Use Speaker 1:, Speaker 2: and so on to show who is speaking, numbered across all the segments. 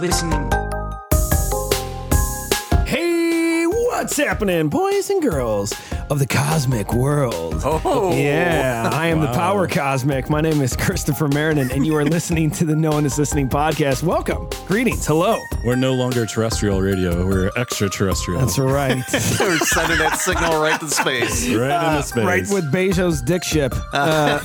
Speaker 1: listening.
Speaker 2: Hey, what's happening, boys and girls of the cosmic world?
Speaker 1: Oh.
Speaker 2: yeah. I am the Power Cosmic. My name is Christopher Meriden, and you are listening to the No One Is Listening podcast. Welcome. Greetings. Hello.
Speaker 3: We're no longer terrestrial radio. We're extraterrestrial.
Speaker 2: That's right.
Speaker 4: They're sending that signal right to space.
Speaker 3: right in the space.
Speaker 2: right with Bezos' dick ship. Uh,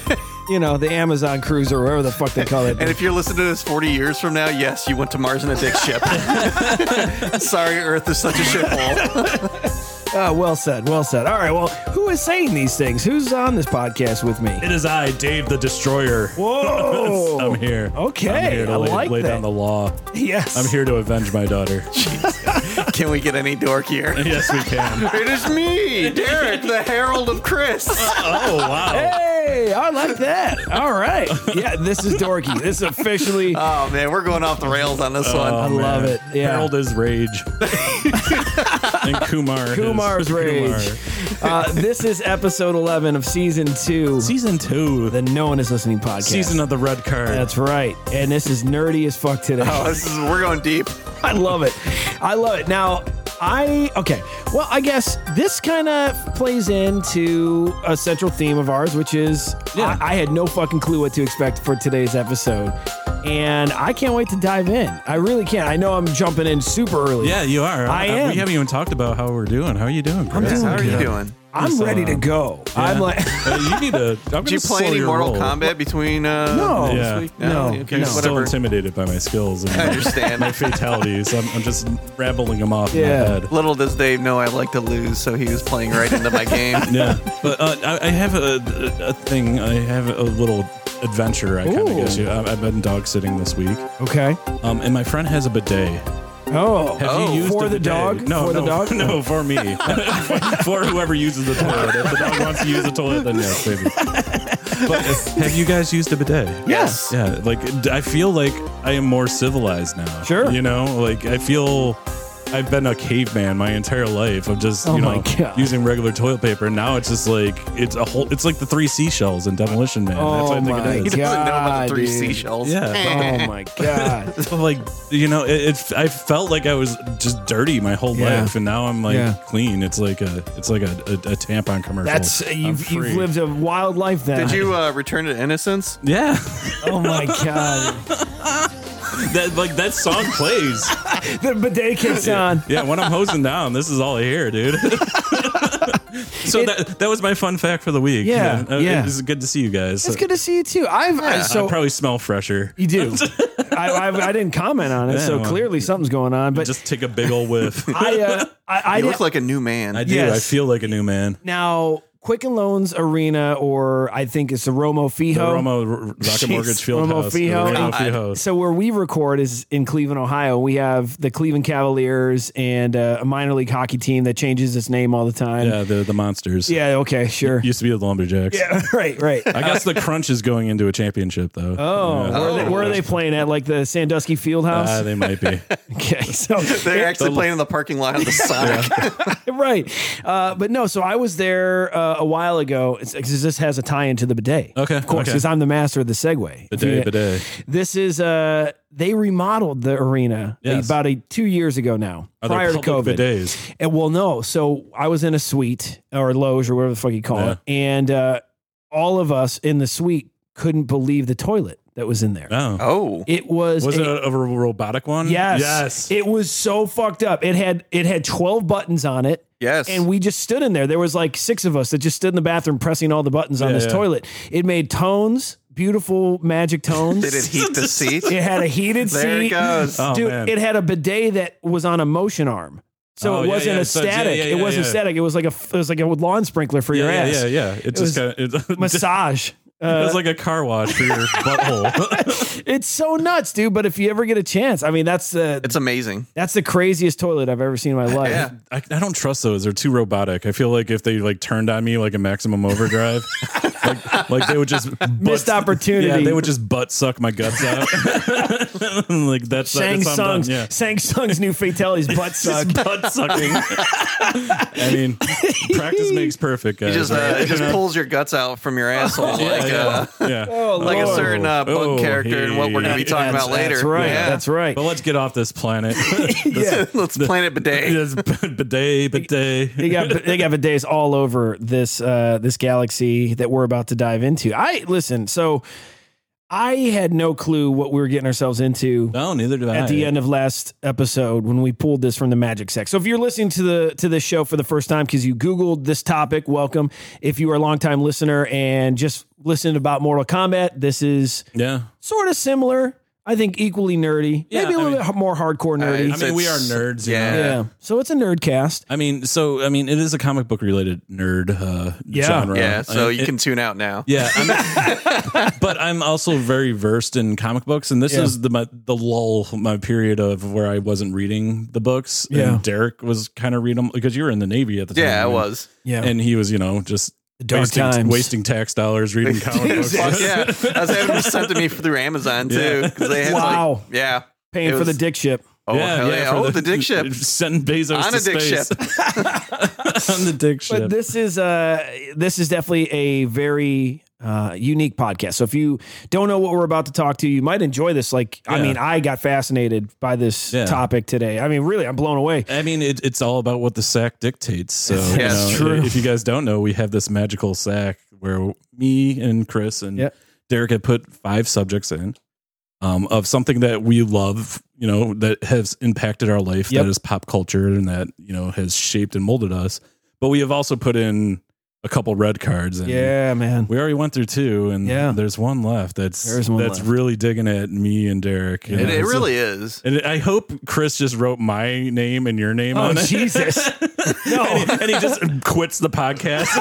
Speaker 2: you know, the Amazon cruise or whatever the fuck they call it.
Speaker 4: And if you're listening to this 40 years from now, yes, you went to Mars in a dick ship. Sorry, Earth is such a shithole.
Speaker 2: Uh, well said. Well said. All right. Well, who is saying these things? Who's on this podcast with me?
Speaker 3: It is I, Dave the Destroyer.
Speaker 2: Whoa.
Speaker 3: I'm here.
Speaker 2: Okay,
Speaker 3: I'm here to
Speaker 2: I
Speaker 3: lay,
Speaker 2: like
Speaker 3: lay
Speaker 2: that.
Speaker 3: down the law.
Speaker 2: Yes.
Speaker 3: I'm here to avenge my daughter.
Speaker 4: Can we get any dorkier?
Speaker 3: yes, we can.
Speaker 4: It is me, Derek, the Herald of Chris.
Speaker 3: Oh, wow.
Speaker 2: Hey, I like that. All right. Yeah, this is dorky. This is officially.
Speaker 4: Oh man, we're going off the rails on this
Speaker 2: I
Speaker 4: one.
Speaker 2: love it. Yeah.
Speaker 3: Oh, Harold is rage. and Kumar. is-
Speaker 2: Kumar's rage.
Speaker 3: Kumar.
Speaker 2: Uh, this is episode 11 of season two,
Speaker 3: Season two.
Speaker 2: the No One Is Listening podcast.
Speaker 3: season of the red card.
Speaker 2: That's right. And this is nerdy as fuck today.
Speaker 4: Oh, this is we're going deep.
Speaker 2: I love it. I love it. Now, I okay. Well, I guess this kind of plays into a central theme of ours, which is
Speaker 3: Yeah.
Speaker 2: I, I had no fucking clue what to expect for today's episode, and I can't wait to dive in. I really can't. I know I'm jumping in super early.
Speaker 3: yeah, you are. Uh,
Speaker 2: I am.
Speaker 3: We haven't even talked about how we're doing. How are you doing, Chris?
Speaker 2: doing
Speaker 4: How are you
Speaker 3: Yeah.
Speaker 4: doing?
Speaker 2: I'm
Speaker 3: Yes,
Speaker 2: ready to
Speaker 3: um,
Speaker 2: go. I'm
Speaker 3: Yeah.
Speaker 2: like.
Speaker 3: Uh, you need to. I'm
Speaker 4: Did you play any Mortal Kombat between uh
Speaker 2: No.
Speaker 4: this
Speaker 3: Yeah.
Speaker 4: week?
Speaker 2: No.
Speaker 4: Okay,
Speaker 3: I'm still
Speaker 4: whatever.
Speaker 3: intimidated by my skills. and-
Speaker 4: I understand.
Speaker 3: fatalities. I'm, I'm just rattling them off
Speaker 2: Yeah.
Speaker 3: in my head.
Speaker 4: Little does Dave know I like to lose, so he was playing right into my game.
Speaker 3: Yeah, but uh, I, I have a, a thing. I have a little adventure. I kind
Speaker 2: Ooh.
Speaker 3: of guess you. I, I've been dog sitting this week,
Speaker 2: Okay.
Speaker 3: um, and my friend has a bidet.
Speaker 2: Oh.
Speaker 3: Have
Speaker 4: Oh.
Speaker 3: you used
Speaker 2: For
Speaker 3: a
Speaker 2: the
Speaker 3: bidet?
Speaker 2: dog?
Speaker 3: No,
Speaker 2: For the
Speaker 3: no,
Speaker 2: dog?
Speaker 3: no, for me, for whoever uses the toilet. If the dog wants to use the toilet, then yes, baby. But have you guys used a bidet?
Speaker 4: Yes.
Speaker 3: Yeah, like d- I feel like I am more civilized now.
Speaker 2: Sure.
Speaker 3: You know, like I feel I've been a caveman my entire life of just,
Speaker 2: Oh
Speaker 3: you
Speaker 2: my
Speaker 3: know,
Speaker 2: God.
Speaker 3: using regular toilet paper. And now it's just like, it's a whole, it's like the three seashells in Demolition Man. That's
Speaker 2: Oh
Speaker 3: what I think
Speaker 2: my
Speaker 3: it
Speaker 4: He
Speaker 3: is.
Speaker 4: doesn't know about
Speaker 2: God,
Speaker 4: the three
Speaker 2: dude.
Speaker 4: seashells.
Speaker 3: Yeah.
Speaker 2: Oh my god.
Speaker 3: So, like, you know, it, it, I felt like I was just dirty my whole
Speaker 2: Yeah.
Speaker 3: life. And now I'm like
Speaker 2: Yeah.
Speaker 3: clean. It's like a, it's like a, a, a tampon commercial.
Speaker 2: That's
Speaker 3: I'm
Speaker 2: you've,
Speaker 3: free.
Speaker 2: you've lived a wild life then.
Speaker 4: Did you uh, return to innocence?
Speaker 3: Yeah.
Speaker 2: Oh my god.
Speaker 3: that, like that song plays.
Speaker 2: the bidet kicks on.
Speaker 3: Yeah, when I'm hosing down, this is all I hear, dude. so
Speaker 2: It-
Speaker 3: that that was my fun fact for the week.
Speaker 2: Yeah,
Speaker 3: uh,
Speaker 2: yeah.
Speaker 3: it was good to see you guys.
Speaker 2: It's good to see you too. I've I-
Speaker 3: I
Speaker 2: so
Speaker 3: probably smell fresher.
Speaker 2: you do. I, I I didn't comment on it,
Speaker 3: Yeah,
Speaker 2: so
Speaker 3: well,
Speaker 2: clearly something's going on. But
Speaker 3: Just take a big old whiff.
Speaker 2: I uh, I, I
Speaker 4: You
Speaker 2: did-
Speaker 4: look like a new man.
Speaker 3: I do.
Speaker 2: Yes.
Speaker 3: I feel like a new man.
Speaker 2: now Quicken Loans Arena, or I think it's the Romo
Speaker 3: The
Speaker 2: Fijo.
Speaker 3: Romo R- Rocket
Speaker 2: Jeez.
Speaker 3: Mortgage Field
Speaker 2: Romo
Speaker 3: House.
Speaker 2: Fijo.
Speaker 3: Romo
Speaker 2: God.
Speaker 3: Fijo.
Speaker 2: So where we record is in Cleveland, Ohio. We have the Cleveland Cavaliers and uh, a minor league hockey team that changes its name all the time.
Speaker 3: Yeah, the the monsters.
Speaker 2: Yeah, okay, sure.
Speaker 3: Used to be the Lumberjacks.
Speaker 2: Yeah, right, right.
Speaker 3: I guess the crunch is going into a championship though.
Speaker 2: Oh,
Speaker 3: Yeah.
Speaker 2: Where, are they, where are they playing at? Like the Sandusky Fieldhouse?
Speaker 3: Ah, they might be.
Speaker 2: okay, so
Speaker 4: They're actually playing in the parking lot of the Sonic.
Speaker 2: right, uh, but no. So I was there uh, a while ago because this has a tie-in to the bidet.
Speaker 3: Okay,
Speaker 2: of course,
Speaker 3: Oh, okay.
Speaker 2: because I'm the master of the segue.
Speaker 3: Bidet, bidet.
Speaker 2: This is uh, they remodeled the arena
Speaker 3: Yes.
Speaker 2: about a two years ago now,
Speaker 3: Are there
Speaker 2: prior to COVID.
Speaker 3: public bidets?
Speaker 2: And well, no. So I was in a suite or loge or whatever the fuck you call it, and uh, all of us in the suite couldn't believe the toilet that was in there.
Speaker 3: Oh.
Speaker 4: Oh.
Speaker 2: It was
Speaker 3: Was
Speaker 2: a-
Speaker 3: it a, a robotic one?
Speaker 2: Yes.
Speaker 3: Yes.
Speaker 2: It was so fucked up. It had it had 12 buttons on it.
Speaker 4: Yes.
Speaker 2: And we just stood in there. There was like six of us that just stood in the bathroom pressing all the buttons on
Speaker 3: Yeah,
Speaker 2: this
Speaker 3: yeah.
Speaker 2: toilet. It made tones, beautiful magic tones.
Speaker 4: Did it heat the seat?
Speaker 2: It had a heated
Speaker 4: There
Speaker 2: seat.
Speaker 4: it goes.
Speaker 3: Oh,
Speaker 2: Dude,
Speaker 3: man.
Speaker 2: it had a bidet that was on a motion arm. So
Speaker 3: Oh,
Speaker 2: it
Speaker 3: yeah,
Speaker 2: wasn't
Speaker 3: yeah.
Speaker 2: a
Speaker 3: So it's- yeah,
Speaker 2: static.
Speaker 3: yeah,
Speaker 2: it
Speaker 3: yeah,
Speaker 2: wasn't
Speaker 3: yeah.
Speaker 2: static. It was like a f- it was like a lawn sprinkler for your
Speaker 3: yeah,
Speaker 2: ass.
Speaker 3: yeah, yeah, yeah. It, just
Speaker 2: was
Speaker 3: kind of
Speaker 2: Massage. Uh,
Speaker 3: it's like a car wash for your butthole.
Speaker 2: it's so nuts, dude. But if you ever get a chance, I mean, that's the
Speaker 4: It's amazing.
Speaker 2: that's the craziest toilet I've ever seen in my life.
Speaker 4: Yeah.
Speaker 3: I, I don't trust those. They're too robotic. I feel like if they like turned on me like a maximum overdrive, like, like they would just butt,
Speaker 2: Missed opportunity.
Speaker 3: Yeah, they would just butt suck my guts out. like that's
Speaker 2: Sang
Speaker 3: that's how I'm done.
Speaker 2: Sung's
Speaker 3: Yeah.
Speaker 2: Sang Sung's new fatalities butt suck.
Speaker 3: Butt sucking. I mean, Practice makes perfect,
Speaker 4: He
Speaker 3: guys.
Speaker 4: just, uh,
Speaker 3: right?
Speaker 4: he just pulls your guts out from your asshole
Speaker 3: Yeah,
Speaker 4: like, uh,
Speaker 3: yeah, yeah.
Speaker 2: Oh,
Speaker 4: like a
Speaker 2: Lord.
Speaker 4: certain uh, bug
Speaker 3: Oh,
Speaker 4: character and what we're going to be
Speaker 3: yeah.
Speaker 4: talking
Speaker 2: That's-
Speaker 4: about later.
Speaker 2: That's right.
Speaker 4: Yeah.
Speaker 2: That's right.
Speaker 3: But let's get off this planet.
Speaker 2: yeah.
Speaker 4: Let's plan it bidet.
Speaker 3: This bidet, bidet.
Speaker 2: they got they got bidets all over this uh this galaxy that we're about to dive into. I listen, so I had no clue what we were getting ourselves into
Speaker 3: No, neither do I.
Speaker 2: at the end of last episode when we pulled this from the magic sex. So if you're listening to the to this show for the first time because you googled this topic, welcome. If you are a longtime listener and just listened about Mortal Kombat, this is
Speaker 3: Yeah.
Speaker 2: sort of similar. I think equally nerdy,
Speaker 3: Yeah,
Speaker 2: maybe a
Speaker 3: I
Speaker 2: little
Speaker 3: mean-
Speaker 2: bit h- more hardcore nerdy.
Speaker 3: I mean, we are nerds, you
Speaker 4: Yeah.
Speaker 3: know.
Speaker 2: yeah, so it's a nerd cast.
Speaker 3: I mean, so I mean, it is a comic book related nerd uh,
Speaker 2: Yeah.
Speaker 3: genre.
Speaker 4: Yeah, so
Speaker 3: I-
Speaker 4: you
Speaker 3: it-
Speaker 4: can tune out now.
Speaker 3: Yeah, I'm, but I'm also very versed in comic books, and this
Speaker 2: Yeah.
Speaker 3: is the my, the lull my period of where I wasn't reading the books.
Speaker 2: Yeah.
Speaker 3: and Derek was kind of reading them because you were in the Navy at the time.
Speaker 4: Yeah, I
Speaker 3: and-
Speaker 4: was.
Speaker 2: Yeah,
Speaker 3: and he was you know just
Speaker 2: dark
Speaker 3: wasting,
Speaker 2: times.
Speaker 3: wasting tax dollars reading comic books.
Speaker 4: Fuck yeah. I was having them sent to me through Amazon too. 'cause they had, like-
Speaker 2: Wow.
Speaker 4: yeah.
Speaker 2: paying
Speaker 4: it
Speaker 2: for the
Speaker 4: was-
Speaker 2: dick ship.
Speaker 4: Oh, hell yeah.
Speaker 3: for
Speaker 4: Oh, the, dick ship.
Speaker 3: Send Bezos
Speaker 4: On
Speaker 3: to
Speaker 4: a dick
Speaker 3: space.
Speaker 4: ship.
Speaker 3: on the dick ship.
Speaker 2: But this is uh this is definitely a very uh, unique podcast. So if you don't know what we're about to talk to, you might enjoy this. Like, I
Speaker 3: Yeah.
Speaker 2: mean, I got fascinated by this
Speaker 3: Yeah.
Speaker 2: topic today. I mean, really, I'm blown away.
Speaker 3: I mean, it, it's all about what the sack dictates. So,
Speaker 4: Yeah, it's
Speaker 3: you know,
Speaker 2: true.
Speaker 3: If you guys don't know, we have this magical sack where me and Chris and
Speaker 2: Yep.
Speaker 3: Derek had put five subjects in um, of something that we love, you know, that has impacted our life,
Speaker 2: Yep.
Speaker 3: that is pop culture, and that you know has shaped and molded us. But we have also put in a couple red cards, and
Speaker 2: Yeah, man.
Speaker 3: we already went through two, and
Speaker 2: Yeah.
Speaker 3: there's one left that's
Speaker 2: There's one
Speaker 3: that's
Speaker 2: left.
Speaker 3: really digging at me and Derek. you
Speaker 4: It,
Speaker 3: know,
Speaker 4: it
Speaker 3: so-
Speaker 4: really is.
Speaker 3: and I hope Chris just wrote my name and your name
Speaker 2: Oh
Speaker 3: on it.
Speaker 2: Jesus!
Speaker 3: And,
Speaker 2: No,
Speaker 3: he, and he just quits the podcast.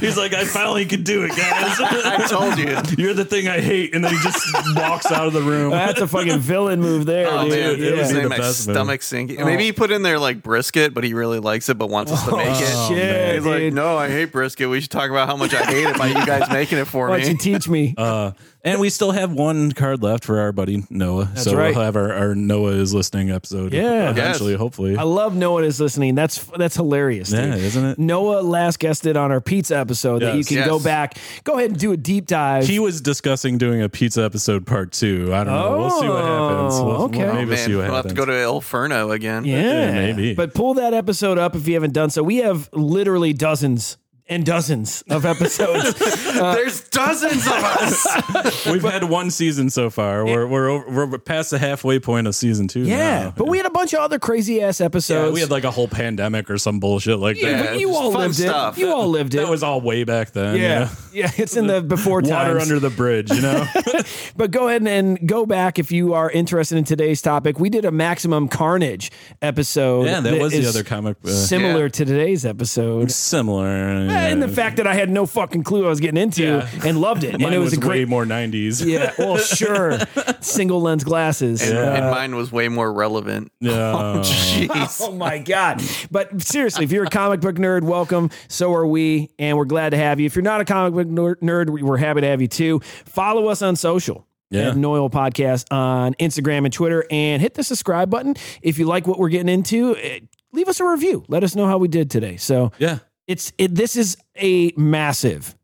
Speaker 3: He's like, I finally can do it,
Speaker 4: I
Speaker 3: guys.
Speaker 4: told you.
Speaker 3: You're the thing I hate. And then he just walks out of the room.
Speaker 2: that's a fucking villain move there,
Speaker 4: Oh,
Speaker 2: dude.
Speaker 4: dude, it
Speaker 3: Yeah.
Speaker 4: was
Speaker 3: It'd be
Speaker 4: like
Speaker 3: the
Speaker 4: my
Speaker 3: best, man.
Speaker 4: stomach sinking. Maybe he put in there like brisket, but he really likes it, but wants us to make it.
Speaker 2: Oh, shit,
Speaker 4: He's like,
Speaker 2: dude.
Speaker 4: no, I hate brisket. We should talk about how much I hate it by you guys making it for
Speaker 2: Why don't you
Speaker 4: me.
Speaker 2: teach me?
Speaker 3: Uh, and we still have one card left for our buddy Noah. so
Speaker 2: right.
Speaker 3: we'll have our, our Noah is listening episode
Speaker 2: Yeah.
Speaker 3: eventually,
Speaker 4: Yes.
Speaker 3: hopefully.
Speaker 2: I love Noah is listening. That's that's hilarious, dude.
Speaker 3: yeah, isn't it?
Speaker 2: Noah last guested on our pizza episode that you
Speaker 3: Yes.
Speaker 2: can
Speaker 4: Yes.
Speaker 2: go back, go ahead and do a deep dive.
Speaker 3: He was discussing doing a pizza episode part two. I don't know. We'll see what happens. We'll,
Speaker 2: Oh, okay.
Speaker 3: we'll
Speaker 2: Oh,
Speaker 3: maybe
Speaker 4: Man,
Speaker 3: see what
Speaker 4: we'll have
Speaker 3: happens.
Speaker 4: to go to El Furno again.
Speaker 2: Yeah,
Speaker 3: Yeah, maybe.
Speaker 2: But pull that episode up if you haven't done so. We have literally dozens and dozens of episodes.
Speaker 4: There's dozens of us.
Speaker 3: We've had one season so far. We're we're over, we're past the halfway point of season two.
Speaker 2: yeah,
Speaker 3: now.
Speaker 2: but we had a bunch of other crazy ass
Speaker 3: Yeah,
Speaker 2: episodes.
Speaker 3: we had like a whole pandemic or some bullshit like
Speaker 2: Yeah,
Speaker 3: that.
Speaker 2: but you all
Speaker 4: fun
Speaker 2: lived
Speaker 4: stuff.
Speaker 2: it. You all lived it.
Speaker 3: That was all way back then. you
Speaker 2: yeah,
Speaker 3: know?
Speaker 2: yeah. It's in the before
Speaker 3: Water
Speaker 2: times.
Speaker 3: under the bridge, you know.
Speaker 2: But go ahead and, and go back if you are interested in today's topic. We did a Maximum Carnage episode.
Speaker 3: yeah, that was the
Speaker 2: is
Speaker 3: other comic uh,
Speaker 2: similar
Speaker 4: Yeah.
Speaker 2: to today's episode.
Speaker 3: similar.
Speaker 2: And the
Speaker 3: yeah.
Speaker 2: fact that I had no fucking clue I was getting into
Speaker 3: Yeah.
Speaker 2: and loved it,
Speaker 3: Mine
Speaker 2: and it was,
Speaker 3: was
Speaker 2: a great
Speaker 3: way more nineties.
Speaker 2: Yeah. Well, sure. Single lens glasses.
Speaker 4: And,
Speaker 2: Uh,
Speaker 4: and mine was way more relevant.
Speaker 3: No.
Speaker 4: Jeez.
Speaker 2: Oh my God. But seriously, if you're a comic book nerd, welcome. So are we. And we're glad to have you. If you're not a comic book ner- nerd, we- we're happy to have you too. Follow us on social.
Speaker 3: Yeah.
Speaker 2: At Noel Podcast on Instagram and Twitter. And hit the subscribe button if you like what we're getting into. eh, Leave us a review. Let us know how we did today. So
Speaker 3: yeah.
Speaker 2: it's it, this is a massive,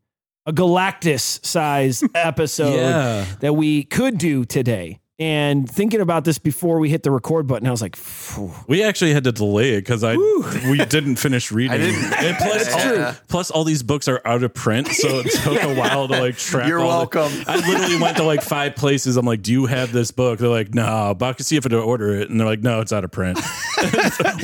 Speaker 2: a Galactus sized episode
Speaker 3: Yeah.
Speaker 2: that we could do today. And thinking about this before we hit the record button, I was like, phew.
Speaker 3: We actually had to delay it because I we didn't finish reading.
Speaker 4: I didn't.
Speaker 3: And plus,
Speaker 4: That's
Speaker 3: all,
Speaker 4: true.
Speaker 3: plus all these books are out of print, so it took a while to like track.
Speaker 4: You're
Speaker 3: all the-
Speaker 4: welcome.
Speaker 3: I literally went to like five places. I'm like, "Do you have this book?" They're like, "No," but I could see if I to order it, and they're like, "No, it's out of print."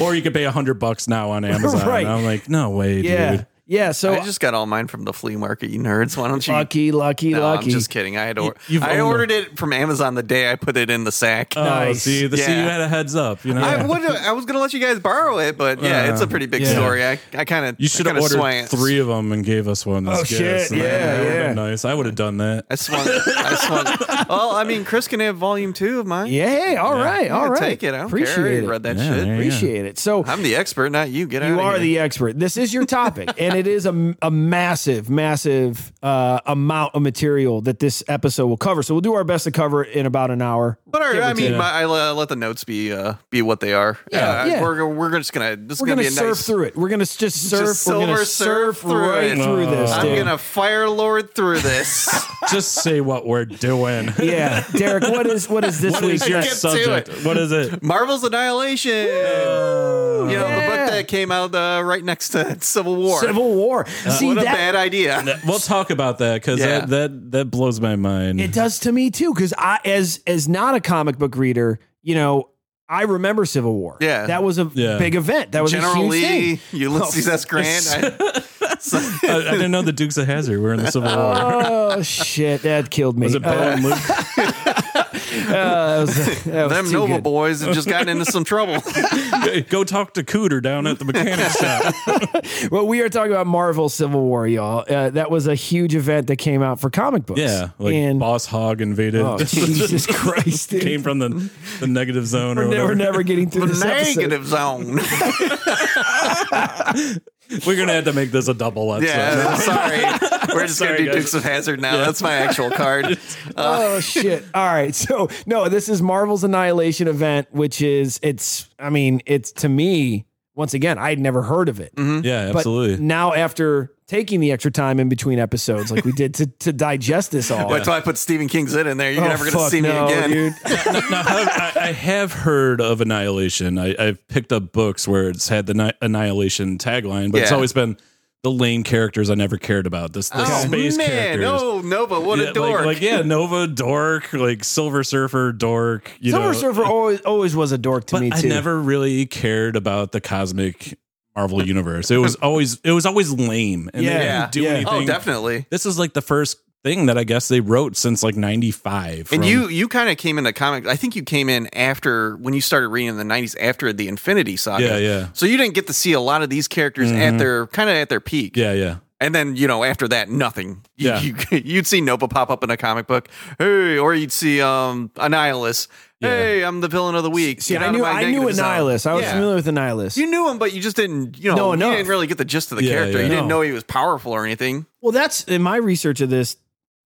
Speaker 3: or you could pay a hundred bucks now on Amazon.
Speaker 2: Right.
Speaker 3: I'm like, "No way,
Speaker 2: yeah,
Speaker 3: dude."
Speaker 2: yeah. So
Speaker 4: I just got all mine from the flea market, you nerds. Why don't you?
Speaker 2: lucky, lucky,
Speaker 4: no,
Speaker 2: lucky.
Speaker 4: I'm just kidding. I had or-
Speaker 3: you've
Speaker 4: I
Speaker 3: owned
Speaker 4: ordered it from Amazon the day I put it in the sack.
Speaker 3: Oh,
Speaker 2: Nice.
Speaker 3: see, the, see,
Speaker 4: Yeah.
Speaker 3: you had a heads up. You know,
Speaker 4: I, would, I was going to let you guys borrow it, but yeah,
Speaker 3: Uh,
Speaker 4: it's a pretty big
Speaker 3: yeah.
Speaker 4: story. I, I kind of
Speaker 3: you should have ordered
Speaker 4: swung,
Speaker 3: three of them and gave us one. As
Speaker 2: Oh,
Speaker 3: gifts.
Speaker 2: shit,
Speaker 3: And that-
Speaker 2: yeah,
Speaker 3: that would've
Speaker 2: yeah.
Speaker 3: been nice. I would have done that.
Speaker 4: I swung. I swung. Well, I mean, Chris can have volume two of mine.
Speaker 2: yeah. Hey, all right,
Speaker 4: Yeah,
Speaker 2: all right.
Speaker 4: Take it. I don't
Speaker 2: Appreciate
Speaker 4: care. I
Speaker 2: it.
Speaker 4: read that
Speaker 3: Yeah,
Speaker 4: shit.
Speaker 3: there you go.
Speaker 2: Appreciate it. So
Speaker 4: I'm the expert, not you. Get out.
Speaker 2: you
Speaker 4: of
Speaker 2: are
Speaker 4: here.
Speaker 2: the expert. This is your topic, and and it is a, a massive, massive uh, amount of material that this episode will cover. So we'll do our best to cover it in about an hour.
Speaker 4: But our, I mean,
Speaker 3: take.
Speaker 4: my, I uh, let the notes be uh, be what they are.
Speaker 2: Yeah,
Speaker 4: Uh,
Speaker 2: yeah.
Speaker 4: We're we're just gonna this is
Speaker 2: We're gonna,
Speaker 4: be a
Speaker 2: surf
Speaker 4: nice,
Speaker 2: through it. We're gonna s- just surf. we're gonna
Speaker 4: silver
Speaker 2: surf,
Speaker 4: surf through
Speaker 2: right
Speaker 4: it.
Speaker 2: through this.
Speaker 4: I'm
Speaker 2: dude.
Speaker 4: gonna fire lord through this.
Speaker 3: Just say what we're doing.
Speaker 2: yeah, Derek. What is what is this
Speaker 3: What
Speaker 2: week's
Speaker 3: is your
Speaker 4: Get to
Speaker 3: subject?
Speaker 4: it.
Speaker 3: What is it?
Speaker 4: Marvel's Annihilation. you know the
Speaker 2: yeah.
Speaker 4: book that came out uh, right next to Civil War. Uh,
Speaker 2: Civil War? See
Speaker 4: what a
Speaker 2: that
Speaker 4: bad idea.
Speaker 3: We'll talk about that because
Speaker 4: Yeah.
Speaker 3: that, that that blows my mind.
Speaker 2: It does to me too, because I, as as not a comic book reader, you know, I remember Civil War.
Speaker 4: Yeah.
Speaker 2: that was a
Speaker 3: Yeah.
Speaker 2: big event. That was a
Speaker 4: General
Speaker 2: huge thing.
Speaker 4: Lee, Ulysses S. Grant. I,
Speaker 3: I, I didn't know the Dukes of Hazard were in the Civil War.
Speaker 2: Oh shit, that killed me.
Speaker 3: Was it Bo
Speaker 2: Uh,
Speaker 3: and Luke?
Speaker 2: that was- that was
Speaker 4: them
Speaker 2: too
Speaker 4: Nova
Speaker 2: good.
Speaker 4: boys have just gotten into some trouble.
Speaker 3: Hey, Go talk to Cooter down at the mechanic shop.
Speaker 2: Well, we are talking about Marvel Civil War, y'all. Uh, that was a huge event that came out for comic books.
Speaker 3: Yeah, like
Speaker 2: and
Speaker 3: Boss Hog invaded.
Speaker 2: oh Jesus Christ, dude.
Speaker 3: Came from the, the negative zone or
Speaker 2: we're
Speaker 3: whatever.
Speaker 2: never, never getting through this episode.
Speaker 4: Negative zone.
Speaker 3: We're gonna have to make this a double episode.
Speaker 4: yeah, I'm sorry. We're just
Speaker 3: Sorry,
Speaker 4: gonna do
Speaker 3: guys.
Speaker 4: Dukes of Hazard now. That's my actual card.
Speaker 2: oh shit! All right, so no, this is Marvel's Annihilation event, which is it's. I mean, it's to me once again. I had never heard of it.
Speaker 4: Mm-hmm.
Speaker 3: Yeah, absolutely.
Speaker 2: Now after taking the extra time in between episodes, like we did to to digest this all.
Speaker 4: That's why I put Stephen King's in in there. You're
Speaker 2: Oh,
Speaker 4: never gonna
Speaker 2: fuck
Speaker 4: see me
Speaker 2: no,
Speaker 4: again.
Speaker 2: dude.
Speaker 3: now, Um, I, I- I have heard of Annihilation. I, I've picked up books where it's had the ni- Annihilation tagline, but it's
Speaker 4: Yeah.
Speaker 3: always been the lame characters I never cared about. This the
Speaker 4: Oh
Speaker 3: space
Speaker 4: man!
Speaker 3: characters.
Speaker 4: Oh Nova, what
Speaker 3: yeah,
Speaker 4: a dork!
Speaker 3: Like, like yeah, Nova dork, like Silver Surfer dork. You
Speaker 2: Silver
Speaker 3: know,
Speaker 2: Surfer always always was a dork to
Speaker 3: but
Speaker 2: me
Speaker 3: I
Speaker 2: too.
Speaker 3: never really cared about the cosmic Marvel universe. It was always it was always lame, and
Speaker 2: Yeah.
Speaker 3: they didn't do
Speaker 2: Yeah. Oh,
Speaker 3: anything.
Speaker 4: oh, definitely.
Speaker 3: This is like the first thing that I guess they wrote since like '95.
Speaker 4: And you you kind of came into comic. I think you came in after when you started reading in the '90s after the Infinity Saga.
Speaker 3: yeah, yeah, Mm-hmm.
Speaker 4: So you didn't get to see a lot of these characters at their kind of at their peak.
Speaker 3: yeah, yeah.
Speaker 4: And then you know after that nothing. You,
Speaker 3: Yeah.
Speaker 4: You, you'd see Nova pop up in a comic book. Hey, or you'd see um Annihilus. Hey, I'm the villain of the week.
Speaker 2: See,
Speaker 4: Get
Speaker 2: I
Speaker 4: out of
Speaker 2: knew
Speaker 4: my
Speaker 2: I knew
Speaker 4: negative zone.
Speaker 2: Annihilus. I was
Speaker 4: Yeah.
Speaker 2: familiar with Annihilus.
Speaker 4: You knew him, but you just didn't. You
Speaker 2: No,
Speaker 4: know,
Speaker 2: enough.
Speaker 4: you didn't really get the gist of the
Speaker 3: Yeah,
Speaker 4: character.
Speaker 3: yeah.
Speaker 4: You didn't
Speaker 2: No.
Speaker 4: know he was powerful or anything.
Speaker 2: Well, that's in my research of this.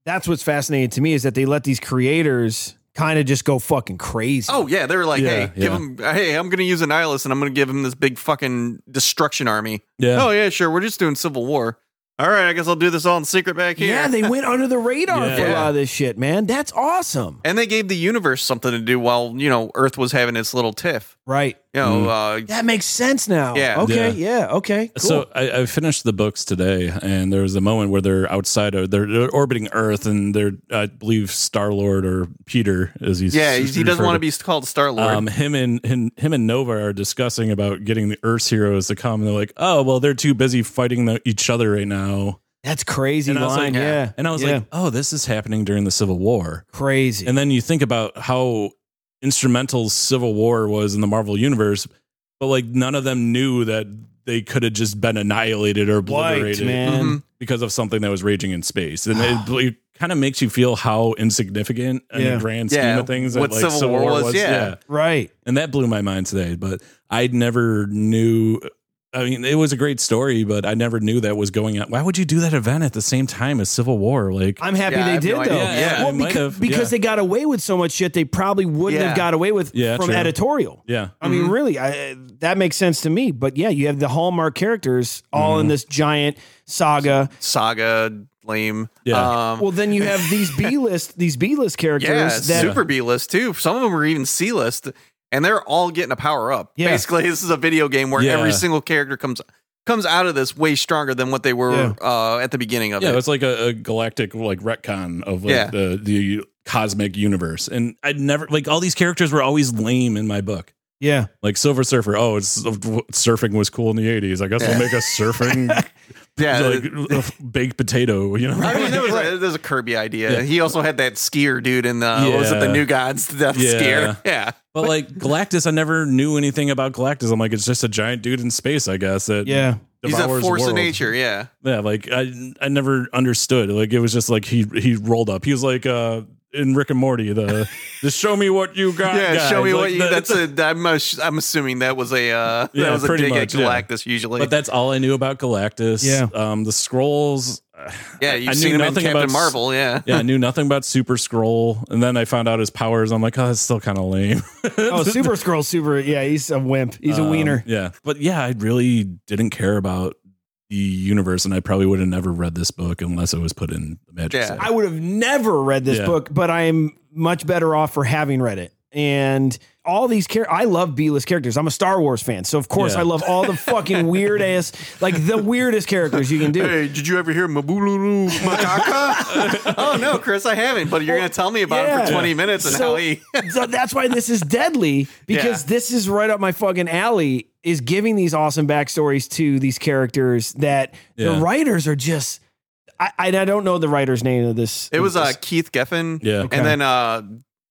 Speaker 2: That's what's fascinating to me is that they let these creators kind of just go fucking crazy.
Speaker 4: Oh yeah, they were like,
Speaker 3: Yeah,
Speaker 4: hey, give
Speaker 3: yeah.
Speaker 4: him. Hey, I'm gonna use Annihilus, and I'm gonna give him this big fucking destruction army.
Speaker 3: Yeah.
Speaker 4: Oh yeah, sure. We're just doing Civil War. All right, I guess I'll do this all in secret back here.
Speaker 2: yeah, they went under the radar
Speaker 3: Yeah.
Speaker 2: for a lot of this shit, man. That's awesome,
Speaker 4: and they gave the universe something to do while you know Earth was having its little tiff.
Speaker 2: right?
Speaker 4: You
Speaker 3: Mm.
Speaker 4: know, uh,
Speaker 2: That makes sense now.
Speaker 4: Yeah.
Speaker 2: Okay. Yeah.
Speaker 3: Yeah.
Speaker 2: okay. Cool.
Speaker 3: So I, I finished the books today, and there was a moment where they're outside of they're, they're orbiting Earth, and they're I believe Star Lord or Peter as he's
Speaker 4: yeah, he, he doesn't
Speaker 3: referred
Speaker 4: want to be called Star Lord.
Speaker 3: Um, him and him, him and Nova are discussing about getting the Earth's heroes to come. And they're like, "Oh, well, they're too busy fighting the, each other right now."
Speaker 2: that's crazy
Speaker 3: And I was
Speaker 2: line.
Speaker 3: like,
Speaker 2: yeah.
Speaker 3: And I was
Speaker 2: Yeah.
Speaker 3: like, "Oh, this is happening during the Civil War."
Speaker 2: crazy.
Speaker 3: And then you think about how instrumental Civil War was in the Marvel universe, but like none of them knew that they could have just been annihilated or
Speaker 2: White
Speaker 3: obliterated
Speaker 2: man.
Speaker 4: Mhm.
Speaker 3: because of something that was raging in space. And it, it kind of makes you feel how insignificant in
Speaker 2: Yeah.
Speaker 3: the grand scheme
Speaker 4: Yeah,
Speaker 3: of things that
Speaker 4: what
Speaker 3: like
Speaker 4: Civil War was, yeah.
Speaker 2: Right.
Speaker 3: And that blew my mind today, but I never knew I mean, it was a great story, but I never knew that was going on. Why would you do that event at the same time as Civil War? Like
Speaker 2: I'm happy
Speaker 4: Yeah, I
Speaker 2: they
Speaker 4: have
Speaker 2: did
Speaker 4: no
Speaker 2: though.
Speaker 4: idea.
Speaker 3: Yeah, yeah,
Speaker 2: well,
Speaker 3: I might
Speaker 2: becau-
Speaker 3: have.
Speaker 2: because
Speaker 3: Yeah.
Speaker 2: they got away with so much shit they probably wouldn't
Speaker 4: Yeah. Mm-hmm.
Speaker 2: have got away with
Speaker 3: Yeah,
Speaker 2: from
Speaker 3: true.
Speaker 2: editorial.
Speaker 3: Yeah.
Speaker 2: I mean, really, I, that makes sense to me. But yeah, you have the hallmark characters all
Speaker 3: Mm-hmm.
Speaker 2: in this giant saga.
Speaker 4: Saga, lame.
Speaker 3: Yeah.
Speaker 4: Um,
Speaker 2: Well, then you have these B list, these B list characters
Speaker 4: yeah,
Speaker 2: that
Speaker 4: super B list too. Some of them are even C list, and they're all getting a power up.
Speaker 2: Yeah.
Speaker 4: Basically, this is a video game where
Speaker 3: Yeah.
Speaker 4: every single character comes comes out of this way stronger than what they were uh, at the beginning of
Speaker 3: Yeah,
Speaker 4: it.
Speaker 3: it's like a, a galactic like retcon of like
Speaker 4: Yeah.
Speaker 3: the the cosmic universe, and I'd never like all these characters were always lame in my book.
Speaker 2: yeah,
Speaker 3: Like Silver Surfer, oh, it's surfing was cool in the eighties. I guess
Speaker 4: Yeah.
Speaker 3: we'll make a surfing
Speaker 4: yeah,
Speaker 3: like baked potato. You know,
Speaker 4: I mean, there was, a, there was a Kirby idea.
Speaker 3: Yeah.
Speaker 4: He also had that skier dude in the what was it the
Speaker 3: Yeah.
Speaker 4: New Gods Death
Speaker 3: Yeah.
Speaker 4: skier? Yeah,
Speaker 3: but like Galactus, I never knew anything about Galactus. I'm like, it's just a giant dude in space, I guess. That
Speaker 2: yeah.
Speaker 4: he's a
Speaker 3: devours
Speaker 4: force
Speaker 3: worlds.
Speaker 4: of nature. Yeah,
Speaker 3: Yeah, like I I never understood. Like it was just like he he rolled up. He was like uh in Rick and Morty. The just show me what you got.
Speaker 4: Yeah,
Speaker 3: guys.
Speaker 4: show me
Speaker 3: Like,
Speaker 4: what you.
Speaker 3: the-
Speaker 4: that's a. I'm, a, I'm assuming that was a. Uh, that
Speaker 3: Yeah,
Speaker 4: was a
Speaker 3: pretty
Speaker 4: dig at
Speaker 3: much, yeah.
Speaker 4: Galactus. Usually,
Speaker 3: But that's all I knew about Galactus.
Speaker 2: Yeah.
Speaker 3: Um, the scrolls.
Speaker 4: yeah,
Speaker 3: I
Speaker 4: you've
Speaker 3: knew
Speaker 4: seen him in
Speaker 3: nothing
Speaker 4: Captain
Speaker 3: about s-
Speaker 4: Marvel. Yeah,
Speaker 3: Yeah, I knew nothing about Super Scroll, and then I found out his powers. I'm like, oh, that's still kind of lame.
Speaker 2: Oh, Super Scroll, Super. Yeah, he's a wimp. He's a
Speaker 3: Um,
Speaker 2: wiener.
Speaker 3: Yeah, but yeah, I really didn't care about the universe, and I probably would have never read this book unless it was put in the Magic.
Speaker 4: Yeah.
Speaker 3: Set.
Speaker 2: I would have never read this
Speaker 3: Yeah.
Speaker 2: book, but I am much better off for having read it. And all these characters, I love B list characters. I'm a Star Wars fan. So, of course,
Speaker 3: Yeah.
Speaker 2: I love all the fucking weird ass, like the weirdest characters you can do.
Speaker 4: Hey, did you ever hear Mabululu Macaca? oh no, Chris, I haven't. But you're gonna tell me about it
Speaker 2: Yeah.
Speaker 4: for 20 minutes and
Speaker 2: So-
Speaker 4: how he.
Speaker 2: so that's why this is deadly because
Speaker 4: Yeah.
Speaker 2: this is right up my fucking alley is giving these awesome backstories to these characters that the
Speaker 3: Yeah.
Speaker 2: writers are just I, I I don't know the writer's name of this.
Speaker 4: It was uh,
Speaker 2: this-
Speaker 4: Keith Geffen.
Speaker 3: Yeah.
Speaker 2: Okay.
Speaker 4: and then uh,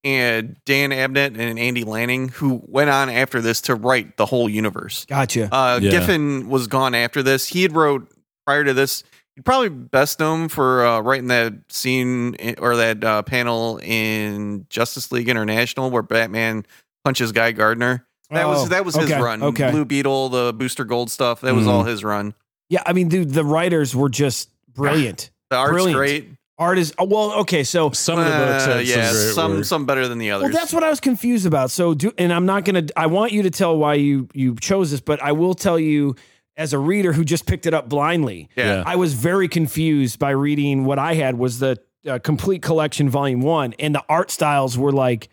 Speaker 4: and Dan Abnett and Andy Lanning, who went on after this to write the whole universe.
Speaker 2: gotcha.
Speaker 4: Uh,
Speaker 3: Yeah.
Speaker 4: Giffen was gone after this. He had wrote prior to this. He'd probably best known for uh, writing that scene in- or that uh, panel in Justice League International where Batman punches Guy Gardner. That
Speaker 2: Oh,
Speaker 4: was that was his
Speaker 2: okay,
Speaker 4: run.
Speaker 2: Okay. Mm-hmm.
Speaker 4: Blue Beetle, the Booster Gold stuff. That was
Speaker 3: Mhm.
Speaker 4: all his run.
Speaker 2: Yeah, I mean, dude, the writers were just brilliant.
Speaker 4: The art's
Speaker 2: Brilliant.
Speaker 4: great.
Speaker 2: Art is oh, well, okay, so
Speaker 3: some of the books
Speaker 4: Uh,
Speaker 3: had
Speaker 4: yeah,
Speaker 3: some great
Speaker 4: some
Speaker 3: work.
Speaker 4: some better than the others.
Speaker 2: well, that's what I was confused about. So, do and I'm not gonna. I want you to tell why you you chose this, but I will tell you as a reader who just picked it up blindly.
Speaker 4: yeah.
Speaker 3: Yeah.
Speaker 2: I was very confused by reading what I had was the uh, complete collection volume one, and the art styles were like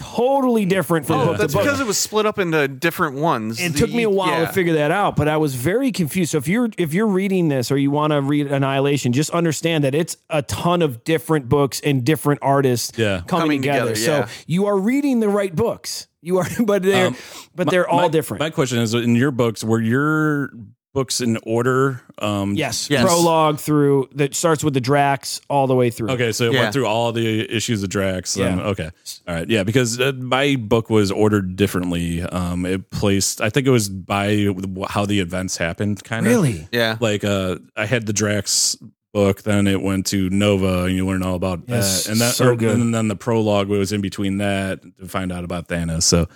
Speaker 2: totally different from
Speaker 3: Yeah.
Speaker 4: Oh,
Speaker 2: book
Speaker 4: that's
Speaker 2: to book.
Speaker 4: because it was split up into different ones.
Speaker 2: it took me a while to
Speaker 4: Yeah.
Speaker 2: figure that out, but I was very confused. So if you're if you're reading this or you want to read Annihilation, just understand that it's a ton of different books and different artists
Speaker 3: Yeah.
Speaker 2: coming,
Speaker 4: Coming
Speaker 2: together.
Speaker 4: together, yeah.
Speaker 2: So you are reading the right books. You are, but they're
Speaker 3: Um,
Speaker 2: but
Speaker 3: My-
Speaker 2: they're all
Speaker 3: my-
Speaker 2: different.
Speaker 3: My question is: in your books, were your books in order? Um,
Speaker 2: yes.
Speaker 4: Yes.
Speaker 2: prologue through that starts with the Drax all the way through.
Speaker 3: Okay, so it
Speaker 4: Yeah.
Speaker 3: went through all the issues of Drax. then-
Speaker 2: Yeah.
Speaker 3: okay. All right. Yeah, because uh, my book was ordered differently. Um, it placed, I think it was by how the events happened, kind of.
Speaker 2: Really?
Speaker 4: Yeah.
Speaker 3: Like, uh, I had the Drax book, then it went to Nova, and you learn all about
Speaker 2: Yes,
Speaker 3: that. And that,
Speaker 2: so good.
Speaker 3: and then the prologue was in between that to find out about Thanos. So.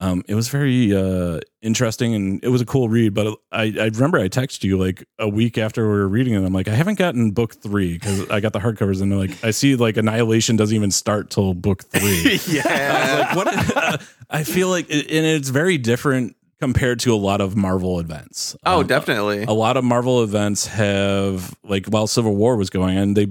Speaker 3: Um, it was very uh, interesting and it was a cool read, but I, I remember I texted you like a week after we were reading it. I'm like, I haven't gotten book three because I got the hardcovers and they're like, I see like Annihilation doesn't even start till book three.
Speaker 4: yeah.
Speaker 3: like, what? I feel like, and it's very different compared to a lot of Marvel events.
Speaker 4: Oh,
Speaker 3: Um,
Speaker 4: definitely.
Speaker 3: a lot of Marvel events have like while Civil War was going on, they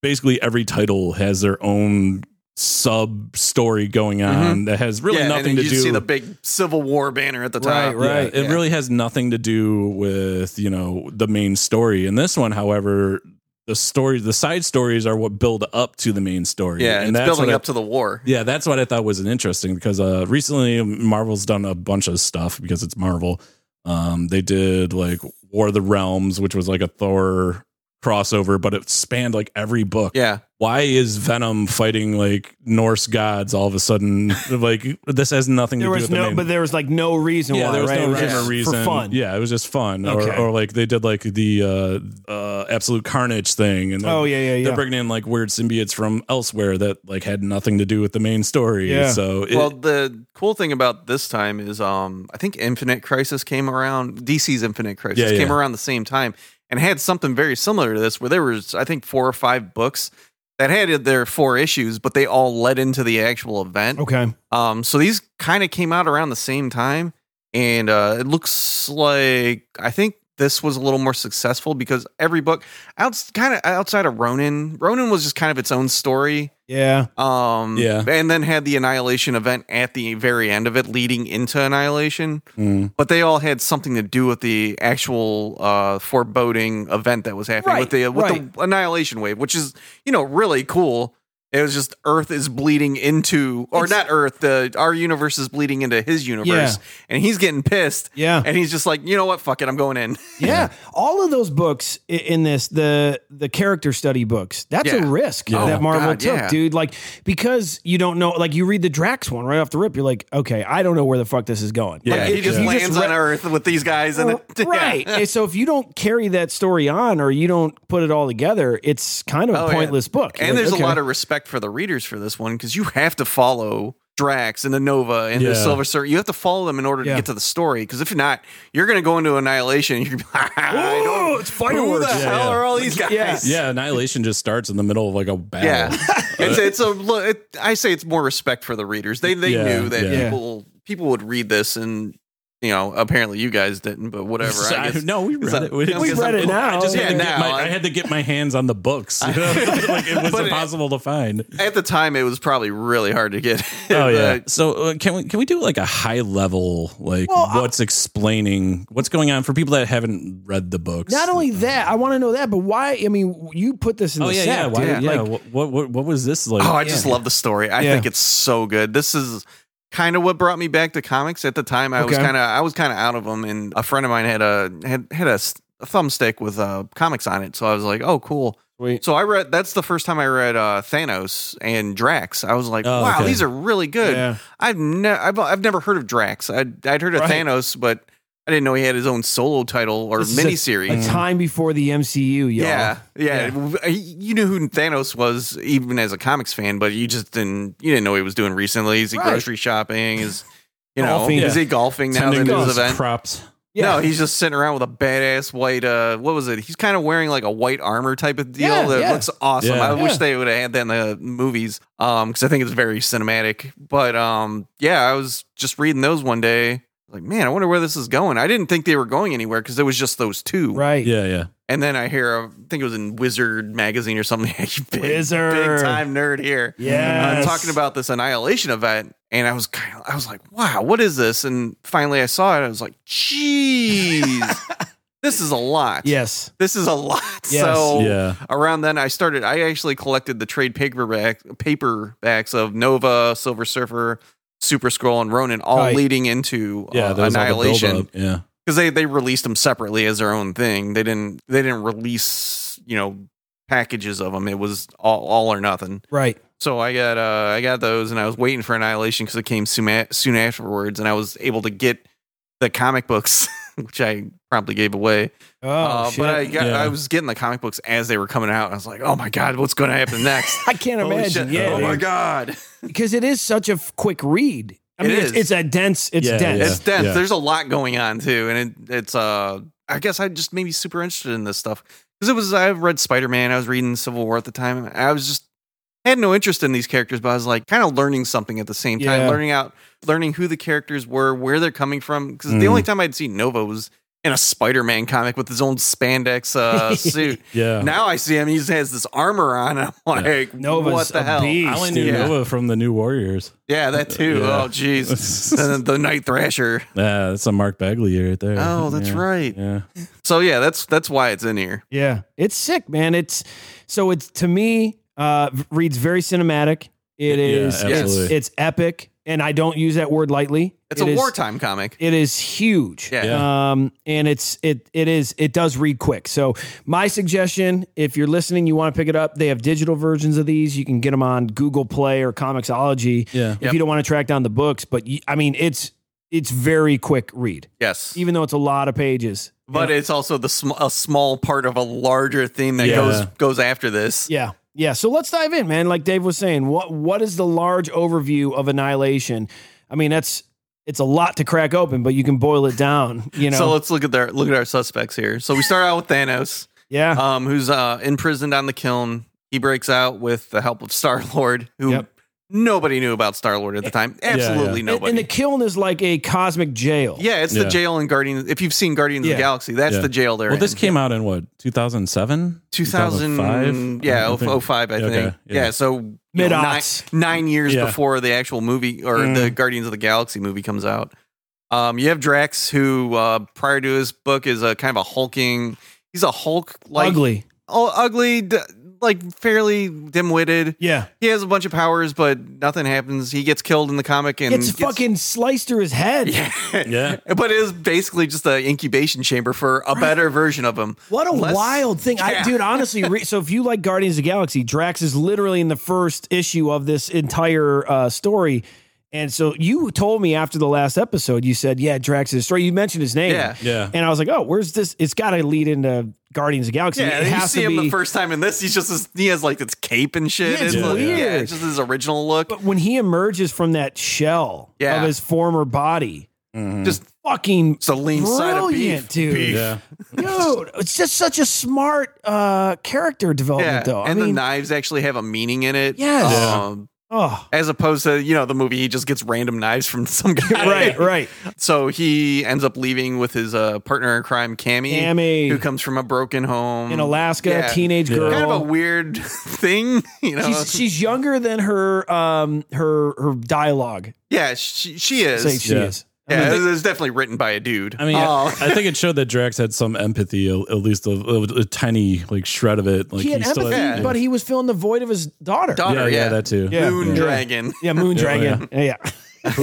Speaker 3: basically every title has their own sub story going on that has really
Speaker 4: Mm-hmm. yeah,
Speaker 3: nothing
Speaker 4: and
Speaker 3: to
Speaker 4: then you
Speaker 3: do.
Speaker 4: see the big Civil War banner at the
Speaker 2: Right,
Speaker 4: top.
Speaker 2: right.
Speaker 3: Yeah, it
Speaker 4: yeah.
Speaker 3: really has nothing to do with you know the main story. In this one, however, the story, the side stories are what build up to the main story.
Speaker 4: Yeah, it's building
Speaker 3: what I-
Speaker 4: up to the war.
Speaker 3: yeah, that's what I thought was interesting because uh, recently Marvel's done a bunch of stuff because it's Marvel. Um, they did like War of the Realms, which was like a Thor crossover, but it spanned like every book.
Speaker 4: Yeah,
Speaker 3: Why is Venom fighting like Norse gods all of a sudden? like this has nothing
Speaker 2: There
Speaker 3: to do
Speaker 2: was
Speaker 3: with
Speaker 2: no,
Speaker 3: the main.
Speaker 2: but there was like no reason
Speaker 3: yeah,
Speaker 2: why.
Speaker 3: there was
Speaker 2: right? It
Speaker 3: no
Speaker 2: was
Speaker 3: rhyme
Speaker 2: just
Speaker 3: or reason
Speaker 2: for fun.
Speaker 3: Yeah, it was just fun.
Speaker 2: Okay.
Speaker 3: Or, or like they did like the uh, uh, absolute carnage thing, and
Speaker 2: Oh yeah, yeah, yeah.
Speaker 3: they're bringing in like weird symbiotes from elsewhere that like had nothing to do with the main story.
Speaker 2: Yeah.
Speaker 3: So it,
Speaker 4: well, the cool thing about this time is, um, I think Infinite Crisis came around. DC's Infinite Crisis
Speaker 3: Yeah, yeah.
Speaker 4: came around the same time and had something very similar to this, where there was, I think, four or five books that had their four issues, but they all led into the actual event.
Speaker 2: okay.
Speaker 4: Um, so these kind of came out around the same time, and uh, it looks like I think this was a little more successful because every book outs kind of outside of Ronin, Ronin was just kind of its own story.
Speaker 2: Yeah.
Speaker 4: Um,
Speaker 3: Yeah.
Speaker 4: and then had the Annihilation event at the very end of it, leading into Annihilation.
Speaker 3: mm.
Speaker 4: But they all had something to do with the actual uh, foreboding event that was happening with
Speaker 2: Right,
Speaker 4: the with the Annihilation wave, which is you know really cool. It was just Earth is bleeding into, or
Speaker 2: It's-
Speaker 4: not Earth. The our universe is bleeding into his universe, and he's getting pissed,
Speaker 2: Yeah.
Speaker 4: and he's just like, you know what, fuck it, I'm going in.
Speaker 2: Yeah. All of those books i- in this, the the character study books, that's a
Speaker 4: Yeah.
Speaker 2: risk
Speaker 3: Yeah.
Speaker 2: that
Speaker 3: Oh,
Speaker 2: Marvel
Speaker 4: God,
Speaker 2: took,
Speaker 4: yeah.
Speaker 2: dude. Like, because you don't know, like, you read the Drax one right off the rip, you're like, okay, I don't know where the fuck this is going.
Speaker 3: Yeah,
Speaker 2: Like,
Speaker 4: he
Speaker 2: if
Speaker 4: just
Speaker 2: you
Speaker 4: lands on
Speaker 2: re-
Speaker 4: Earth with these guys, and it,
Speaker 2: Right. And so if you don't carry that story on or you don't put it all together, it's kind of a
Speaker 4: Oh, yeah.
Speaker 2: pointless book.
Speaker 4: And there's a lot of respect respect for the readers for this one because you have to follow Drax and the Nova and the
Speaker 3: Yeah.
Speaker 4: Silver Surfer. You have to follow them in order
Speaker 2: Yeah.
Speaker 4: to get to the story because if not, you're going to go into Annihilation. And you're gonna be, I don't.
Speaker 2: it's
Speaker 4: Who the
Speaker 3: Yeah,
Speaker 4: hell
Speaker 3: yeah.
Speaker 4: are all these
Speaker 2: Yeah.
Speaker 4: guys?
Speaker 3: Yeah, Annihilation just starts in the middle of like a battle.
Speaker 4: Yeah. it's, it's a look. It, I say it's more respect for the readers. They they
Speaker 3: Yeah,
Speaker 4: knew that
Speaker 3: yeah.
Speaker 4: people people would read this, and you know, apparently you guys didn't, but whatever.
Speaker 3: So
Speaker 4: I
Speaker 3: I-
Speaker 4: guess.
Speaker 3: no, we read
Speaker 4: that-
Speaker 3: it.
Speaker 4: We
Speaker 3: because
Speaker 2: read
Speaker 3: I-
Speaker 2: it now.
Speaker 3: I just
Speaker 4: Yeah,
Speaker 3: had to get
Speaker 4: now.
Speaker 3: my, I had to get my hands on the books. You know? like it was
Speaker 4: But it-
Speaker 3: impossible to find.
Speaker 4: At the time, it was probably really hard to get.
Speaker 3: Oh yeah.
Speaker 4: the-
Speaker 3: So uh, can we can we do like a high level like
Speaker 2: Well, I-
Speaker 3: what's explaining what's going on for people that haven't read the books?
Speaker 2: Not only that, I want to know that, but why? I mean, you put this in
Speaker 3: Oh
Speaker 2: the
Speaker 3: yeah, yeah.
Speaker 2: sack,
Speaker 3: Why,
Speaker 2: dude.
Speaker 3: yeah.
Speaker 2: Like,
Speaker 3: what, what what what was this like?
Speaker 4: Oh, I just love the story. I
Speaker 2: Yeah.
Speaker 4: think it's so good. This is kind of what brought me back to comics. At the time, I was
Speaker 2: Okay.
Speaker 4: kind of I was kind of out of them, and a friend of mine had a had had a, s- a thumbstick with uh, comics on it. So I was like, oh, cool.
Speaker 2: Sweet.
Speaker 4: So I read. That's the first time I read uh, Thanos and Drax. I was like,
Speaker 3: Oh,
Speaker 4: wow,
Speaker 3: okay.
Speaker 4: these are really good.
Speaker 2: Yeah.
Speaker 4: I've never I've, I've never heard of Drax. I'd, I'd heard of
Speaker 2: Right.
Speaker 4: Thanos, but I didn't know he had his own solo title or
Speaker 2: This is
Speaker 4: miniseries.
Speaker 2: a time before the MCU, y'all.
Speaker 4: Yeah, yeah, W- uh, You knew who Thanos was even as a comics fan, but you just didn't. You didn't know what he was doing recently. Is he
Speaker 2: Right.
Speaker 4: grocery shopping? Is you know?
Speaker 2: Golfing.
Speaker 4: Is he golfing now
Speaker 3: Tending
Speaker 4: than
Speaker 3: to
Speaker 4: his
Speaker 3: his
Speaker 4: event?
Speaker 3: crops.
Speaker 4: No, he's just sitting around with a badass white. Uh, what was it? He's kind of wearing like a white armor type of deal
Speaker 2: Yeah,
Speaker 4: that
Speaker 2: yeah.
Speaker 4: looks awesome.
Speaker 3: Yeah.
Speaker 4: I
Speaker 2: Yeah.
Speaker 4: wish they would have had that in the movies, um, because I think it's very cinematic. But um, yeah, I was just reading those one day. Like, man, I wonder where this is going. I didn't think they were going anywhere because it was just those two.
Speaker 2: right.
Speaker 3: Yeah, yeah.
Speaker 4: And then I hear, I think it was in Wizard magazine or something. you big,
Speaker 2: Wizard.
Speaker 4: big time nerd here.
Speaker 2: Yes.
Speaker 4: I'm talking about this annihilation event, and I was kind of, I was like, wow, what is this? And finally, I saw it. I was like, jeez, this is a lot.
Speaker 2: Yes.
Speaker 4: this is a lot.
Speaker 2: Yes.
Speaker 4: So
Speaker 3: Yeah.
Speaker 4: around then, I started. I actually collected the trade paperback paperbacks of Nova, Silver Surfer, Super Scroll, and Ronin, all
Speaker 2: Right.
Speaker 4: leading into
Speaker 3: Yeah,
Speaker 4: uh,
Speaker 3: that was all the
Speaker 4: annihilation
Speaker 3: buildup. Yeah.
Speaker 4: because they they released them separately as their own thing. They didn't they didn't release you know packages of them. It was all all or nothing.
Speaker 2: Right.
Speaker 4: So I got uh I got those and I was waiting for Annihilation because it came soon a- soon afterwards and I was able to get the comic books which I promptly gave away.
Speaker 2: Oh,
Speaker 4: uh,
Speaker 2: shit.
Speaker 4: but I got
Speaker 3: Yeah.
Speaker 4: I was getting the comic books as they were coming out. And I was like, oh my god, what's going to happen next?
Speaker 2: I can't
Speaker 4: Holy
Speaker 2: imagine.
Speaker 4: shit.
Speaker 2: Yeah.
Speaker 4: oh my
Speaker 2: dude.
Speaker 4: god,
Speaker 2: Because it is such a f- quick read. I
Speaker 4: It
Speaker 2: mean, it's,
Speaker 4: is.
Speaker 2: it's a dense. It's
Speaker 3: Yeah,
Speaker 2: dense.
Speaker 3: yeah.
Speaker 4: it's dense.
Speaker 3: yeah.
Speaker 4: There's a lot going on too, and it, it's uh, I guess I just maybe super interested in this stuff because it was I read Spider Man, I was reading Civil War at the time, and I was just I had no interest in these characters, but I was like kind of learning something at the same time,
Speaker 2: Yeah.
Speaker 4: learning out, learning who the characters were, where they're coming from, because the
Speaker 3: Mm.
Speaker 4: only time I'd seen Nova was in a Spider Man comic with his own spandex uh, suit.
Speaker 3: Yeah.
Speaker 4: Now I see him; he just has this armor on. and I'm
Speaker 3: Yeah.
Speaker 4: like,
Speaker 2: Nova's
Speaker 4: what the uh,
Speaker 2: a
Speaker 4: hell?
Speaker 2: beast.
Speaker 3: I only knew
Speaker 4: Yeah.
Speaker 3: Nova from the New Warriors.
Speaker 4: Yeah, that too.
Speaker 3: Yeah.
Speaker 4: Oh, jeez. and the Night Thrasher.
Speaker 3: Yeah, that's a Mark Bagley right there.
Speaker 4: Oh, that's
Speaker 3: Yeah.
Speaker 4: right.
Speaker 3: Yeah.
Speaker 4: So yeah, that's that's why it's in here.
Speaker 2: Yeah, it's sick, man. It's so it's to me uh, v- reads very cinematic. It
Speaker 3: Yeah,
Speaker 2: is it's,
Speaker 3: absolutely.
Speaker 2: it's epic, and I don't use that word lightly.
Speaker 4: It's
Speaker 2: It
Speaker 4: a
Speaker 2: is-
Speaker 4: wartime comic.
Speaker 2: It is huge.
Speaker 4: Yeah.
Speaker 2: Um, and it's it it is it does read quick. So my suggestion, if you're listening, you want to pick it up. They have digital versions of these. You can get them on Google Play or Comixology
Speaker 3: Yeah.
Speaker 2: if
Speaker 4: Yep.
Speaker 2: you don't want to track down the books. But you, I mean, it's it's very quick read,
Speaker 4: Yes,
Speaker 2: even though it's a lot of pages.
Speaker 4: but it's also the sm- a small part of a larger theme that
Speaker 3: Yeah.
Speaker 4: goes goes after this.
Speaker 2: Yeah. Yeah. So let's dive in, man. Like Dave was saying, what what is the large overview of annihilation? I mean, that's it's a lot to crack open, but you can boil it down, you know.
Speaker 4: So let's look at their look at our suspects here. So we start out with Thanos,
Speaker 2: yeah.
Speaker 4: um, who's uh, imprisoned on the kiln. He breaks out with the help of Star Lord, who
Speaker 2: Yep. Eh,
Speaker 4: nobody knew about Star Lord at the time. Absolutely
Speaker 2: And,
Speaker 4: nobody.
Speaker 2: and the kiln is like a cosmic jail.
Speaker 4: yeah, it's
Speaker 3: Yeah.
Speaker 4: the jail in Guardians. If you've seen Guardians
Speaker 2: Yeah.
Speaker 4: of the Galaxy, that's
Speaker 3: Yeah.
Speaker 4: the jail there.
Speaker 3: Well, this came out in what, 2007?
Speaker 4: 2000 yeah oh- 05 i think
Speaker 3: Okay,
Speaker 4: yeah.
Speaker 3: yeah.
Speaker 4: so you
Speaker 2: Mid
Speaker 4: know, nine,
Speaker 2: aughts.
Speaker 4: nine years
Speaker 3: Yeah.
Speaker 4: before the actual movie or
Speaker 2: Mm.
Speaker 4: the guardians of the galaxy movie comes out um you have drax who uh prior to his book is a kind of a hulking he's a hulk like
Speaker 2: Ugly.
Speaker 4: oh, ugly d- like fairly dim-witted
Speaker 2: Yeah.
Speaker 4: he has a bunch of powers but nothing happens he gets killed in the comic and
Speaker 2: Gets, fucking sliced through his head.
Speaker 4: Mm, yeah
Speaker 3: Yeah.
Speaker 4: but it is basically just an incubation chamber for a better version of him
Speaker 2: What a
Speaker 4: Less-
Speaker 2: wild thing. I,
Speaker 4: Yeah.
Speaker 2: dude, honestly, re, so if you like Guardians of the Galaxy, Drax is literally in the first issue of this entire uh, story And so you told me after the last episode, you said, "Yeah, Drax is straight." You mentioned his name,
Speaker 4: Yeah.
Speaker 3: Yeah.
Speaker 2: and I was like, "Oh, where's this? It's got to lead into Guardians of the Galaxy.
Speaker 4: Yeah,
Speaker 2: it
Speaker 4: you
Speaker 2: has
Speaker 4: see
Speaker 2: to
Speaker 4: him
Speaker 2: be."
Speaker 4: the first time in this. He's just his, he has like this cape and shit.
Speaker 2: Yeah, it's
Speaker 4: Like, yeah,
Speaker 2: weird.
Speaker 4: it's just his original look.
Speaker 2: but when he emerges from that shell
Speaker 4: Yeah.
Speaker 2: of his former body,
Speaker 3: Mhm.
Speaker 4: Just
Speaker 2: fucking
Speaker 4: It's a lean side of
Speaker 2: brilliant,
Speaker 4: beef.
Speaker 2: dude.
Speaker 3: yeah.
Speaker 2: Dude, it's just such a smart uh, character development,
Speaker 4: Yeah,
Speaker 2: though. I
Speaker 4: and the
Speaker 2: mean,
Speaker 4: knives actually have a meaning in it.
Speaker 2: Yes.
Speaker 3: Yeah.
Speaker 4: Um,
Speaker 2: oh,
Speaker 4: as opposed to you know the movie, he just gets random knives from some guy.
Speaker 2: right, right.
Speaker 4: So he ends up leaving with his uh, partner in crime, Cammy,
Speaker 2: Amy
Speaker 4: who comes from a broken home
Speaker 2: in Alaska,
Speaker 4: Um, Yeah.
Speaker 2: teenage
Speaker 3: Yeah.
Speaker 2: girl.
Speaker 4: Kind of a weird thing, you know.
Speaker 2: she's she's younger than her um her her dialogue.
Speaker 4: yeah, she she is.
Speaker 2: Say she
Speaker 3: Yeah.
Speaker 2: is. I
Speaker 4: yeah,
Speaker 2: mean,
Speaker 4: it was definitely written by a dude.
Speaker 3: I mean,
Speaker 4: Oh.
Speaker 3: I think it showed that Drax had some empathy, a- at least a, a, a tiny like shred of it. Like
Speaker 2: he had
Speaker 3: still
Speaker 2: empathy,
Speaker 4: had-
Speaker 2: but he was filling the void of his daughter.
Speaker 4: Daughter.
Speaker 3: yeah, yeah,
Speaker 4: yeah.
Speaker 3: that too.
Speaker 2: Yeah.
Speaker 4: Moon
Speaker 3: Yeah.
Speaker 4: Dragon.
Speaker 2: yeah, Moon
Speaker 3: Yeah,
Speaker 2: Dragon. Yeah, yeah.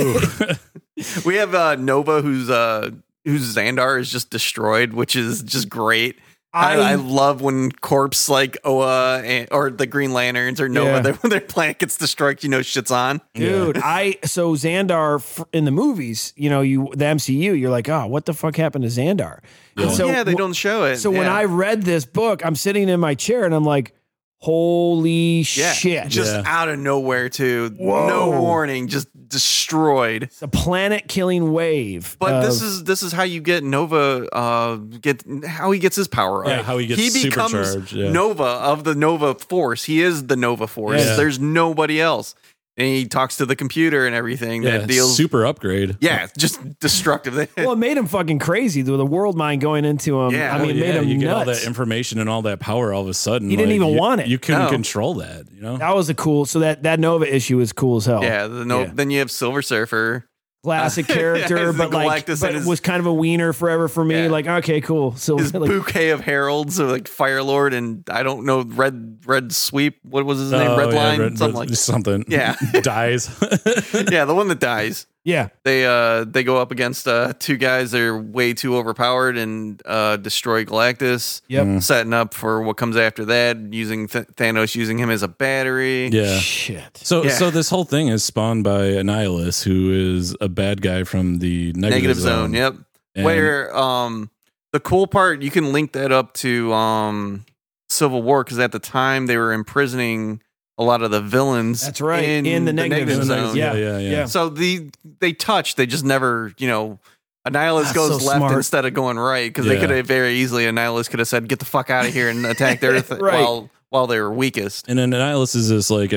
Speaker 4: We have uh, Nova, who's uh, whose Xandar is just destroyed, which is just great. I, I, love when corpse like Oa and, or the Green Lanterns or Nova,
Speaker 2: Yeah.
Speaker 4: they, when their planet gets destroyed, you know shit's on.
Speaker 2: dude, I so Xandar f- in the movies, you know, you the MCU, you're like, oh, what the fuck happened to Xandar? And
Speaker 3: Yeah.
Speaker 2: so
Speaker 4: yeah, they
Speaker 2: wh-
Speaker 4: don't show it.
Speaker 2: So when
Speaker 4: Yeah.
Speaker 2: I read this book, I'm sitting in my chair and I'm like, holy
Speaker 4: yeah,
Speaker 2: shit.
Speaker 4: just
Speaker 3: Yeah.
Speaker 4: out of nowhere too,
Speaker 2: Whoa.
Speaker 4: no warning, just destroyed.
Speaker 2: the planet killing wave.
Speaker 4: But
Speaker 2: of-
Speaker 4: this is this is how you get Nova uh get how he gets his power up.
Speaker 3: Yeah, how he gets supercharged, yeah.
Speaker 4: Nova of the Nova Force. He is the Nova Force.
Speaker 3: Yeah.
Speaker 4: There's nobody else. And he talks to the computer and everything
Speaker 3: Yeah,
Speaker 4: that deals
Speaker 3: super upgrade.
Speaker 4: Yeah, it's just destructive.
Speaker 2: well, it made him fucking crazy. The, the world mind going into him.
Speaker 4: Yeah.
Speaker 2: I mean, it
Speaker 3: Oh,
Speaker 2: made
Speaker 3: yeah,
Speaker 2: him
Speaker 3: you get all
Speaker 2: nuts.
Speaker 3: that information and all that power all of a sudden.
Speaker 2: He didn't
Speaker 3: like,
Speaker 2: even
Speaker 3: you-
Speaker 2: want it.
Speaker 3: You couldn't
Speaker 4: No.
Speaker 3: control that, you know?
Speaker 2: that was a cool. So that that Nova issue is cool as hell.
Speaker 4: Yeah, the no,
Speaker 2: Yeah.
Speaker 4: then you have Silver Surfer.
Speaker 2: classic
Speaker 4: Uh,
Speaker 2: character,
Speaker 4: yeah,
Speaker 2: but like,
Speaker 4: Galactus
Speaker 2: but
Speaker 4: and his-
Speaker 2: was kind of a wiener forever for me.
Speaker 4: Yeah.
Speaker 2: Like, okay, cool. So
Speaker 4: His
Speaker 2: like,
Speaker 4: bouquet of heralds are like Fire Lord and I don't know Red Red Sweep. What was his name?
Speaker 3: Oh,
Speaker 4: Red
Speaker 3: yeah,
Speaker 4: Line.
Speaker 3: Red-
Speaker 4: something
Speaker 3: Red-
Speaker 4: like
Speaker 3: something.
Speaker 4: Yeah.
Speaker 3: Dies.
Speaker 4: that. yeah, the one that dies.
Speaker 2: yeah,
Speaker 4: They uh they go up against uh two guys that are way too overpowered and uh destroy Galactus.
Speaker 2: yep.
Speaker 3: Mm.
Speaker 4: Setting up for what comes after that, using Th- Thanos, using him as a battery.
Speaker 3: yeah.
Speaker 2: Shit.
Speaker 3: So,
Speaker 4: Yeah.
Speaker 3: so this whole thing is spawned by Annihilus, who is a bad guy from the negative,
Speaker 4: Negative
Speaker 3: zone.
Speaker 4: zone. Yep.
Speaker 3: And-
Speaker 4: where um the cool part you can link that up to um civil war because at the time they were imprisoning a lot of the villains
Speaker 2: That's right, in the negative
Speaker 3: Yeah,
Speaker 2: zone, yeah.
Speaker 3: yeah, yeah.
Speaker 2: Yeah.
Speaker 4: so the they touch they just never you know annihilus
Speaker 2: That's
Speaker 4: goes
Speaker 2: so
Speaker 4: left
Speaker 2: smart.
Speaker 4: instead of going right because they
Speaker 3: Yeah.
Speaker 4: could have very easily annihilus could have said get the fuck out of here and attacked earth
Speaker 2: Right.
Speaker 4: while while they were weakest
Speaker 3: And then Annihilus is this like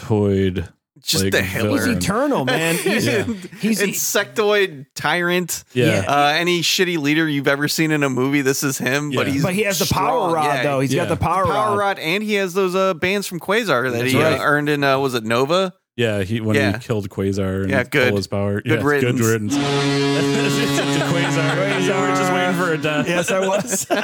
Speaker 3: insectoid.
Speaker 4: just
Speaker 3: Like
Speaker 4: the
Speaker 2: He's
Speaker 4: hitler
Speaker 3: villain.
Speaker 2: eternal, man. He's,
Speaker 3: Yeah.
Speaker 2: he's
Speaker 4: insectoid tyrant
Speaker 3: Yeah.
Speaker 2: Yeah.
Speaker 4: uh, any shitty leader you've ever seen in a movie, this is him. But
Speaker 3: Yeah.
Speaker 4: he's
Speaker 2: but he has the
Speaker 4: strong.
Speaker 2: power rod
Speaker 4: Yeah,
Speaker 2: though. He's
Speaker 3: Yeah.
Speaker 2: got the power,
Speaker 4: power
Speaker 2: rod.
Speaker 4: rod, and he has those uh, bands from Quasar that
Speaker 3: That's
Speaker 4: he
Speaker 3: right.
Speaker 4: uh, earned in uh, was it Nova?
Speaker 3: Yeah, he when
Speaker 4: Yeah.
Speaker 3: he killed Quasar and
Speaker 4: Yeah, good.
Speaker 3: stole his power.
Speaker 4: Good
Speaker 3: yeah,
Speaker 4: riddance.
Speaker 3: Good riddance. Quasar. You were just waiting for a death.
Speaker 2: Yes, I was.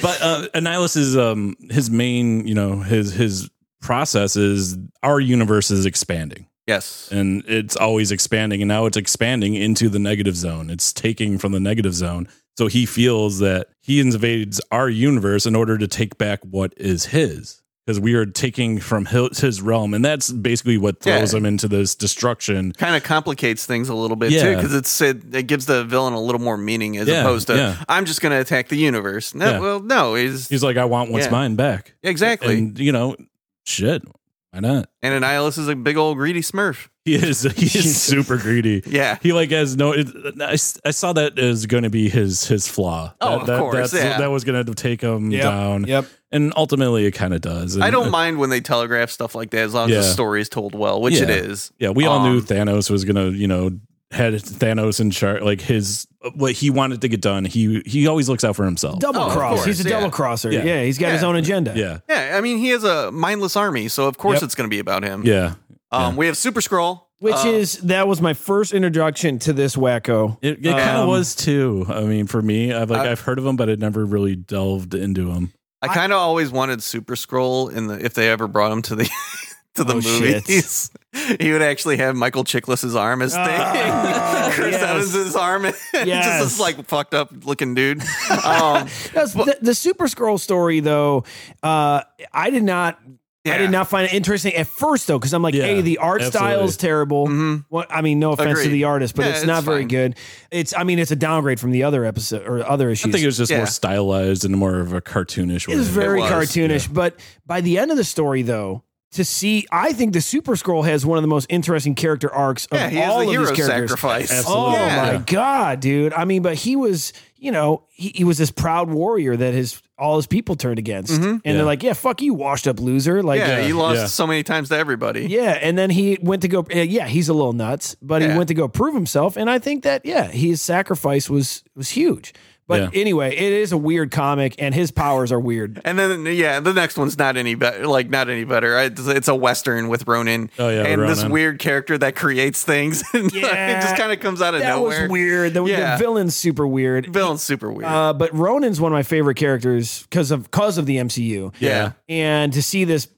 Speaker 3: But uh, Annihilus is um his main, you know, his his process is our universe is expanding
Speaker 4: Yes.
Speaker 3: and it's always expanding and now it's expanding into the negative zone. It's taking from the negative zone. So he feels that he invades our universe in order to take back what is his because we are taking from his, his realm and that's basically what throws
Speaker 4: Yeah.
Speaker 3: him into this destruction.
Speaker 4: Kind of complicates things a little bit too, 'cause too
Speaker 3: Yeah.
Speaker 4: because it's it, it gives the villain a little more meaning as
Speaker 3: Yeah,
Speaker 4: opposed to
Speaker 3: yeah.
Speaker 4: I'm just going to attack the universe. No,
Speaker 3: Yeah.
Speaker 4: well, no, is
Speaker 3: He's like I want what's
Speaker 4: Yeah.
Speaker 3: mine back.
Speaker 4: exactly. And,
Speaker 3: And you know, shit, why not?
Speaker 4: Annihilus is a big old greedy Smurf.
Speaker 3: He is he is super greedy.
Speaker 4: Yeah.
Speaker 3: He like has no. It, I, s- I saw that as going to be his his flaw.
Speaker 4: Oh,
Speaker 3: that,
Speaker 4: of
Speaker 3: that-
Speaker 4: course,
Speaker 3: that's-
Speaker 4: yeah.
Speaker 3: That was going to take him
Speaker 2: Yep,
Speaker 3: down,
Speaker 2: yep.
Speaker 3: and ultimately it kind of does. And,
Speaker 4: I don't
Speaker 3: uh,
Speaker 4: mind when they telegraph stuff like that as long as the
Speaker 3: Yeah.
Speaker 4: story is told well, which it
Speaker 3: Yeah.
Speaker 4: is.
Speaker 3: Yeah, we all
Speaker 4: Um,
Speaker 3: knew Thanos was going to you know had Thanos in charge. Like his uh, what he wanted to get done. He he always looks out for himself.
Speaker 2: Double
Speaker 4: Oh, of
Speaker 2: cross.
Speaker 4: course,
Speaker 2: He's a
Speaker 4: yeah.
Speaker 2: double crosser. Yeah.
Speaker 3: Yeah.
Speaker 2: he's got his
Speaker 4: Yeah.
Speaker 2: own agenda.
Speaker 3: Yeah,
Speaker 4: Yeah, I mean he has a mindless army, so of course
Speaker 2: Yep.
Speaker 4: it's going to be about him.
Speaker 3: yeah.
Speaker 4: Um, we have Super Scroll,
Speaker 2: Which
Speaker 4: uh,
Speaker 2: is that was my first introduction to this wacko.
Speaker 3: It, it kind
Speaker 2: Um,
Speaker 3: of was too. I mean, for me, I've like
Speaker 4: I-
Speaker 3: I've heard of him, but I never really delved into him.
Speaker 4: I kind of always wanted Super Scroll in the if they ever brought him to the to the
Speaker 2: Oh, shit.
Speaker 4: movies. He would actually have Michael Chiklis' arm as thing,
Speaker 2: Ah,
Speaker 4: Chris
Speaker 2: yes.
Speaker 4: Evans' arm,
Speaker 2: Yes.
Speaker 4: just this like fucked up looking dude. Um,
Speaker 2: That's, the, the Super Scroll story, though, uh, I did not
Speaker 4: Yeah.
Speaker 2: I did not find it interesting at first though, because I'm like,
Speaker 3: Yeah,
Speaker 2: hey, the art style is
Speaker 3: absolutely.
Speaker 2: terrible.
Speaker 4: Mhm.
Speaker 2: Well, I mean, no offense to
Speaker 4: Agreed.
Speaker 2: the artist, but
Speaker 4: Yeah,
Speaker 2: it's,
Speaker 4: it's
Speaker 2: not very
Speaker 4: fine.
Speaker 2: good. It's, I mean, it's a downgrade from the other episode or other
Speaker 3: I
Speaker 2: issues.
Speaker 3: think it was just
Speaker 4: Yeah.
Speaker 3: more stylized and more of a cartoonish way.
Speaker 2: It was very
Speaker 4: was.
Speaker 2: cartoonish, but by the end of the story, though, to see, I think the Super Scroll has one of the most interesting character arcs of
Speaker 4: Yeah, he
Speaker 2: all
Speaker 4: has
Speaker 2: of
Speaker 4: a hero
Speaker 2: these characters.
Speaker 4: sacrifice.
Speaker 3: Absolutely.
Speaker 2: Oh
Speaker 4: Yeah.
Speaker 2: my god, dude! I mean, but he was, you know, he, he was this proud warrior that his all his people turned against,
Speaker 4: Mhm.
Speaker 2: and
Speaker 3: Yeah.
Speaker 2: they're like, "Yeah, fuck you, washed up loser!" Like,
Speaker 4: yeah,
Speaker 3: yeah,
Speaker 4: he lost
Speaker 3: yeah.
Speaker 4: so many times to everybody.
Speaker 2: yeah, and then he went to go. uh, Yeah, he's a little nuts, but
Speaker 4: Yeah.
Speaker 2: he went to go prove himself, and I think that yeah, his sacrifice was was huge. But
Speaker 3: Yeah.
Speaker 2: anyway, it is a weird comic, and his powers are weird.
Speaker 4: And then yeah, the next one's not any better. Like not any better. I- It's, it's a western with Ronin.
Speaker 3: Oh, yeah,
Speaker 4: and this
Speaker 3: Ronin.
Speaker 4: weird character that creates things. And
Speaker 2: Yeah.
Speaker 4: it just kind of comes out of
Speaker 2: That
Speaker 4: nowhere.
Speaker 2: was weird. The,
Speaker 4: Yeah.
Speaker 2: the villain's super weird.
Speaker 4: Villain's super weird.
Speaker 2: Uh, but Ronan's one of my favorite characters because of because of the MCU,
Speaker 4: yeah.
Speaker 2: and to see this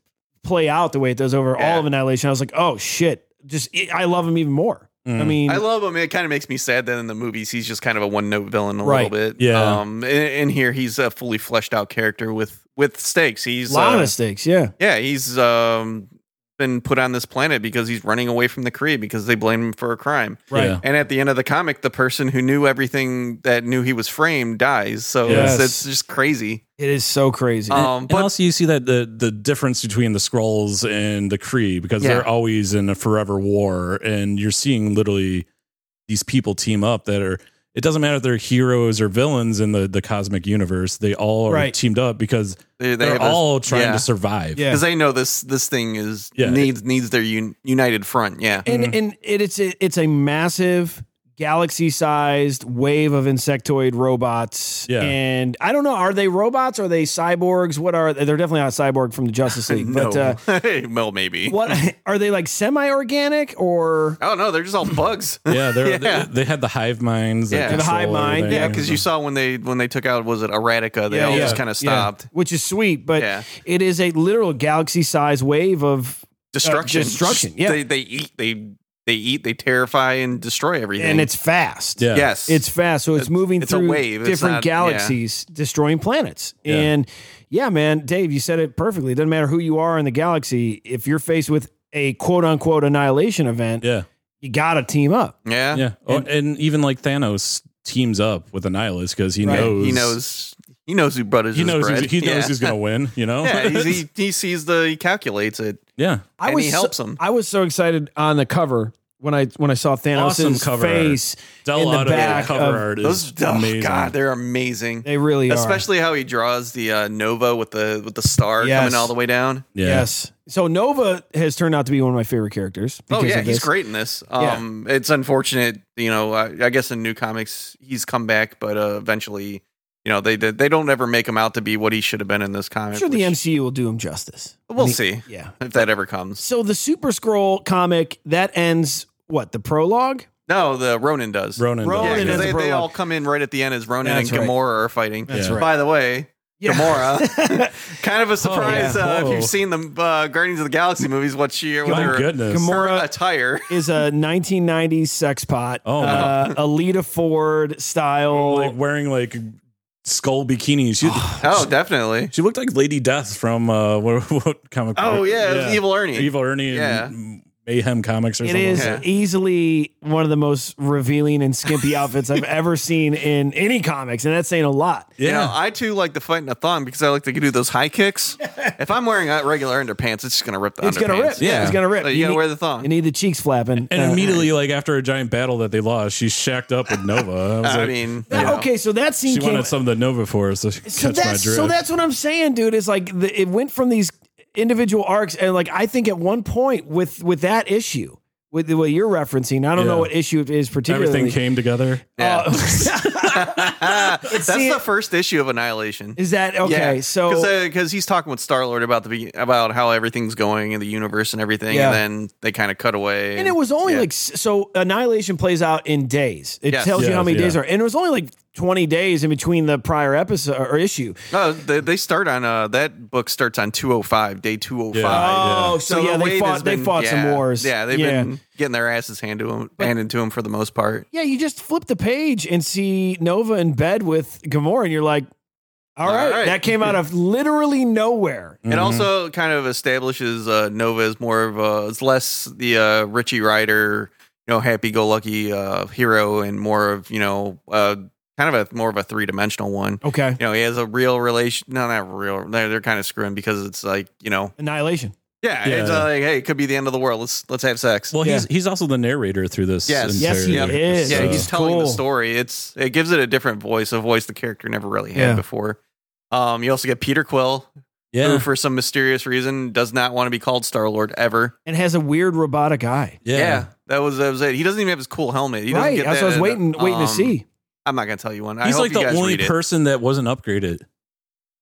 Speaker 2: play out the way it does over
Speaker 4: Yeah.
Speaker 2: all of Annihilation, I was like, oh shit! Just I love him even more. I
Speaker 3: Mm.
Speaker 2: mean,
Speaker 4: I love him. It kind of makes me sad that in the movies he's just kind of a one note villain a
Speaker 2: Right.
Speaker 4: little bit.
Speaker 3: Yeah.
Speaker 4: Um. In, in here he's a fully fleshed out character with with stakes. He's
Speaker 2: a lot of
Speaker 4: uh,
Speaker 2: mistakes. Yeah,
Speaker 4: yeah. He's um been put on this planet because he's running away from the Kree because they blame him for a crime.
Speaker 2: right.
Speaker 3: Yeah.
Speaker 4: And at the end of the comic, the person who knew everything that knew he was framed dies. So
Speaker 2: Yes.
Speaker 4: it's, it's just crazy.
Speaker 2: it is so crazy.
Speaker 4: Um,
Speaker 3: and
Speaker 4: but
Speaker 3: also you see that the the difference between the scrolls and the Kree because
Speaker 4: Yeah.
Speaker 3: they're always in a forever war, and you're seeing literally these people team up that are. It doesn't matter if they're heroes or villains in the the cosmic universe; they all are
Speaker 2: Right.
Speaker 3: teamed up because
Speaker 4: they, they
Speaker 3: they are
Speaker 4: have
Speaker 3: all trying
Speaker 4: yeah.
Speaker 3: to survive.
Speaker 2: yeah,
Speaker 4: because they know this this thing is
Speaker 3: Yeah.
Speaker 4: needs needs their un, united front. Yeah,
Speaker 2: and and it, it's a, it's a massive galaxy sized wave of insectoid robots
Speaker 3: Yeah.
Speaker 2: and i don't know are they robots are they cyborgs what are they? they're definitely not cyborg from the justice league
Speaker 4: no,
Speaker 2: but uh
Speaker 4: well maybe.
Speaker 2: what are they like semi-organic or
Speaker 4: I don't know. They're just all bugs.
Speaker 3: yeah, they're,
Speaker 4: Yeah.
Speaker 3: They, they had the hive minds. that
Speaker 4: Yeah. The
Speaker 3: control
Speaker 2: hive mind,
Speaker 3: everything.
Speaker 4: Yeah, because you saw when they when they took out was it Erratica? They
Speaker 2: Yeah,
Speaker 4: all
Speaker 2: yeah.
Speaker 4: just kind of stopped.
Speaker 2: Yeah, which is sweet but
Speaker 4: Yeah.
Speaker 2: it is a literal galaxy-sized wave of
Speaker 4: Destruction,
Speaker 2: Uh, destruction, yeah.
Speaker 4: They, they eat. They they eat. They terrify and destroy everything.
Speaker 2: and it's fast
Speaker 3: Yeah.
Speaker 4: yes,
Speaker 2: It's fast, so it's moving
Speaker 4: it's a
Speaker 2: through
Speaker 4: wave, it's
Speaker 2: different
Speaker 4: not-
Speaker 2: galaxies, destroying planets.
Speaker 3: Yeah.
Speaker 2: And yeah, man, Dave, you said it perfectly. It doesn't matter who you are in the galaxy. If you're faced with a quote unquote annihilation event,
Speaker 3: yeah,
Speaker 2: you got to team up.
Speaker 4: yeah.
Speaker 3: yeah, Oh,
Speaker 2: And-
Speaker 3: and, even like Thanos teams up with Annihilus because he
Speaker 2: Right.
Speaker 3: knows
Speaker 4: He knows. He knows who brothers.
Speaker 3: he knows
Speaker 4: bread.
Speaker 3: he's, he knows
Speaker 4: yeah.
Speaker 3: he's gonna win. You know,
Speaker 4: Yeah, he's, he he sees the he calculates it.
Speaker 3: yeah.
Speaker 2: I
Speaker 4: And
Speaker 2: was
Speaker 4: he helps 'em.
Speaker 2: I was so excited on the cover when I when I saw Thanos'
Speaker 3: Awesome cover.
Speaker 2: face.
Speaker 3: Del
Speaker 2: In the
Speaker 3: Otto
Speaker 2: back
Speaker 3: cover
Speaker 2: of-
Speaker 3: art is
Speaker 4: Those oh,
Speaker 3: amazing.
Speaker 4: God, they're amazing.
Speaker 2: They really are.
Speaker 4: Especially how he draws the uh, Nova with the with the star
Speaker 2: Yes.
Speaker 4: coming all the way down.
Speaker 3: yeah.
Speaker 2: Yes. So Nova has turned out to be one of my favorite characters.
Speaker 4: Oh
Speaker 2: because
Speaker 4: yeah,
Speaker 2: of
Speaker 4: he's
Speaker 2: this.
Speaker 4: great in this.
Speaker 2: Yeah.
Speaker 4: Um, it's unfortunate, you know. I, I guess in new comics he's come back, but uh, eventually, you know, they they they don't ever make him out to be what he should have been in this comic.
Speaker 2: I'm sure the
Speaker 4: which-
Speaker 2: MCU will do him justice.
Speaker 4: We'll
Speaker 2: I mean,
Speaker 4: see
Speaker 2: Yeah.
Speaker 4: if that ever comes.
Speaker 2: So the Super Scroll comic that ends what the prologue.
Speaker 4: No, the Ronin does.
Speaker 3: Ronan.
Speaker 2: Ronan
Speaker 4: Yeah, 'cause
Speaker 2: Ronin does
Speaker 3: does.
Speaker 2: a
Speaker 4: they, they
Speaker 2: prologue.
Speaker 4: all come in right at the end as Ronin
Speaker 2: That's
Speaker 4: and
Speaker 2: right.
Speaker 4: Gamora are fighting.
Speaker 3: That's right.
Speaker 4: By the way, Gamora. kind of a surprise
Speaker 3: yeah.
Speaker 4: uh, if
Speaker 3: Whoa.
Speaker 4: you've seen the uh, Guardians of the Galaxy movies. What she
Speaker 3: Oh
Speaker 4: with
Speaker 3: my
Speaker 4: her,
Speaker 3: goodness.
Speaker 2: Gamora-
Speaker 4: her attire?
Speaker 2: is a 1990s sex pot.
Speaker 3: Oh, my.
Speaker 2: uh, Alita Ford style.
Speaker 3: Like wearing like skull bikinis. She,
Speaker 4: Oh, definitely.
Speaker 3: she looked like Lady Death from uh, what, what comic?
Speaker 4: Oh
Speaker 3: book?
Speaker 4: yeah, it was Evil Ernie.
Speaker 3: Evil Ernie. And Mayhem Comics or
Speaker 2: it
Speaker 3: something.
Speaker 2: is
Speaker 4: Yeah.
Speaker 2: easily one of the most revealing and skimpy outfits I've ever seen in any comics, and that's saying a lot.
Speaker 4: You know,
Speaker 3: Yeah.
Speaker 4: I too like to fight in a thong because I like to do those high kicks. if I'm wearing uh, regular underpants, it's just gonna rip the
Speaker 2: It's
Speaker 4: underpants.
Speaker 2: gonna rip.
Speaker 3: Yeah.
Speaker 2: it's gonna rip.
Speaker 4: So you, gotta
Speaker 2: need,
Speaker 4: wear the thong.
Speaker 2: you need the cheeks flapping.
Speaker 3: And
Speaker 2: Uh,
Speaker 3: immediately, like after a giant battle that they lost, she's shacked up with Nova. I, was
Speaker 4: I
Speaker 3: like,
Speaker 4: mean,
Speaker 2: that-
Speaker 4: you know.
Speaker 2: okay, so that scene
Speaker 3: she
Speaker 2: came.
Speaker 3: wanted some of the Nova for her, so she
Speaker 2: so
Speaker 3: catch my drift.
Speaker 2: that's so that's what I'm saying, dude. Is like the, it went from these individual arcs, and like I think at one point with with that issue. With what you're referencing, I don't know
Speaker 3: Yeah.
Speaker 2: what issue it is particularly. Oh,
Speaker 3: Everything came together.
Speaker 4: Yeah.
Speaker 2: Uh,
Speaker 4: Ah, that's
Speaker 2: see-
Speaker 4: the first issue of Annihilation.
Speaker 2: is that okay? so
Speaker 4: because uh, he's talking with Star Lord about the be- about how everything's going in the universe and everything,
Speaker 2: Yeah.
Speaker 4: and then they kind of cut away.
Speaker 2: and it was only
Speaker 4: yeah.
Speaker 2: like s- so annihilation plays out in days. It
Speaker 4: Yes.
Speaker 2: tells you
Speaker 3: Yeah,
Speaker 2: how many days
Speaker 3: yeah.
Speaker 2: are, and it was only like twenty days in between the prior episode or issue.
Speaker 4: No, they, they start on uh that book starts on 205, day
Speaker 3: Uh,
Speaker 4: 205.
Speaker 3: Yeah.
Speaker 2: Oh,
Speaker 3: yeah.
Speaker 2: so, yeah,
Speaker 4: wait
Speaker 2: they
Speaker 4: has
Speaker 2: fought.
Speaker 4: been-
Speaker 2: they fought some
Speaker 4: yeah,
Speaker 2: wars.
Speaker 4: Yeah, they've
Speaker 2: yeah.
Speaker 4: been getting their asses handed to them, handed to them for the most part.
Speaker 2: Yeah, you just flip the page and see Nova in bed with Gamora, and you're like, All right.
Speaker 4: All right. Mm.
Speaker 2: That came out of literally nowhere.
Speaker 3: Mm-hmm.
Speaker 4: It also kind of establishes uh, Nova as more of a, it's less the uh, Richie Rider, you know, happy-go-lucky uh, hero, and more of you know, uh, kind of a more of a three-dimensional one.
Speaker 2: Okay.
Speaker 4: You know, he has a real relation. No, not real. They're, they're kind of screwing because it's like you know,
Speaker 2: Annihilation.
Speaker 4: yeah, it's
Speaker 3: Yeah.
Speaker 4: uh, like hey, it could be the end of the world. Let's let's have sex.
Speaker 3: well, he's he's also the narrator through this.
Speaker 4: Yes.
Speaker 2: Yes, he
Speaker 3: entire-
Speaker 2: is.
Speaker 4: yeah,
Speaker 3: so-
Speaker 4: he's telling
Speaker 2: Cool.
Speaker 4: the story. It's it gives it a different voice, a voice the character never really had
Speaker 2: Yeah.
Speaker 4: before. Um, you also get Peter Quill, who
Speaker 3: yeah,
Speaker 4: for some mysterious reason does not want to be called Star Lord ever.
Speaker 2: And has a weird robotic eye.
Speaker 4: Yeah.
Speaker 3: yeah.
Speaker 4: that was that was it. He doesn't even have his cool helmet. He doesn't
Speaker 2: right.
Speaker 4: get
Speaker 2: That's
Speaker 4: that
Speaker 2: what I was
Speaker 4: in-
Speaker 2: waiting, waiting
Speaker 4: um,
Speaker 2: to see.
Speaker 4: I'm not gonna tell you one. I
Speaker 3: He's
Speaker 4: hope
Speaker 3: like
Speaker 4: you
Speaker 3: the
Speaker 4: guys
Speaker 3: only
Speaker 4: read it.
Speaker 3: person that wasn't upgraded.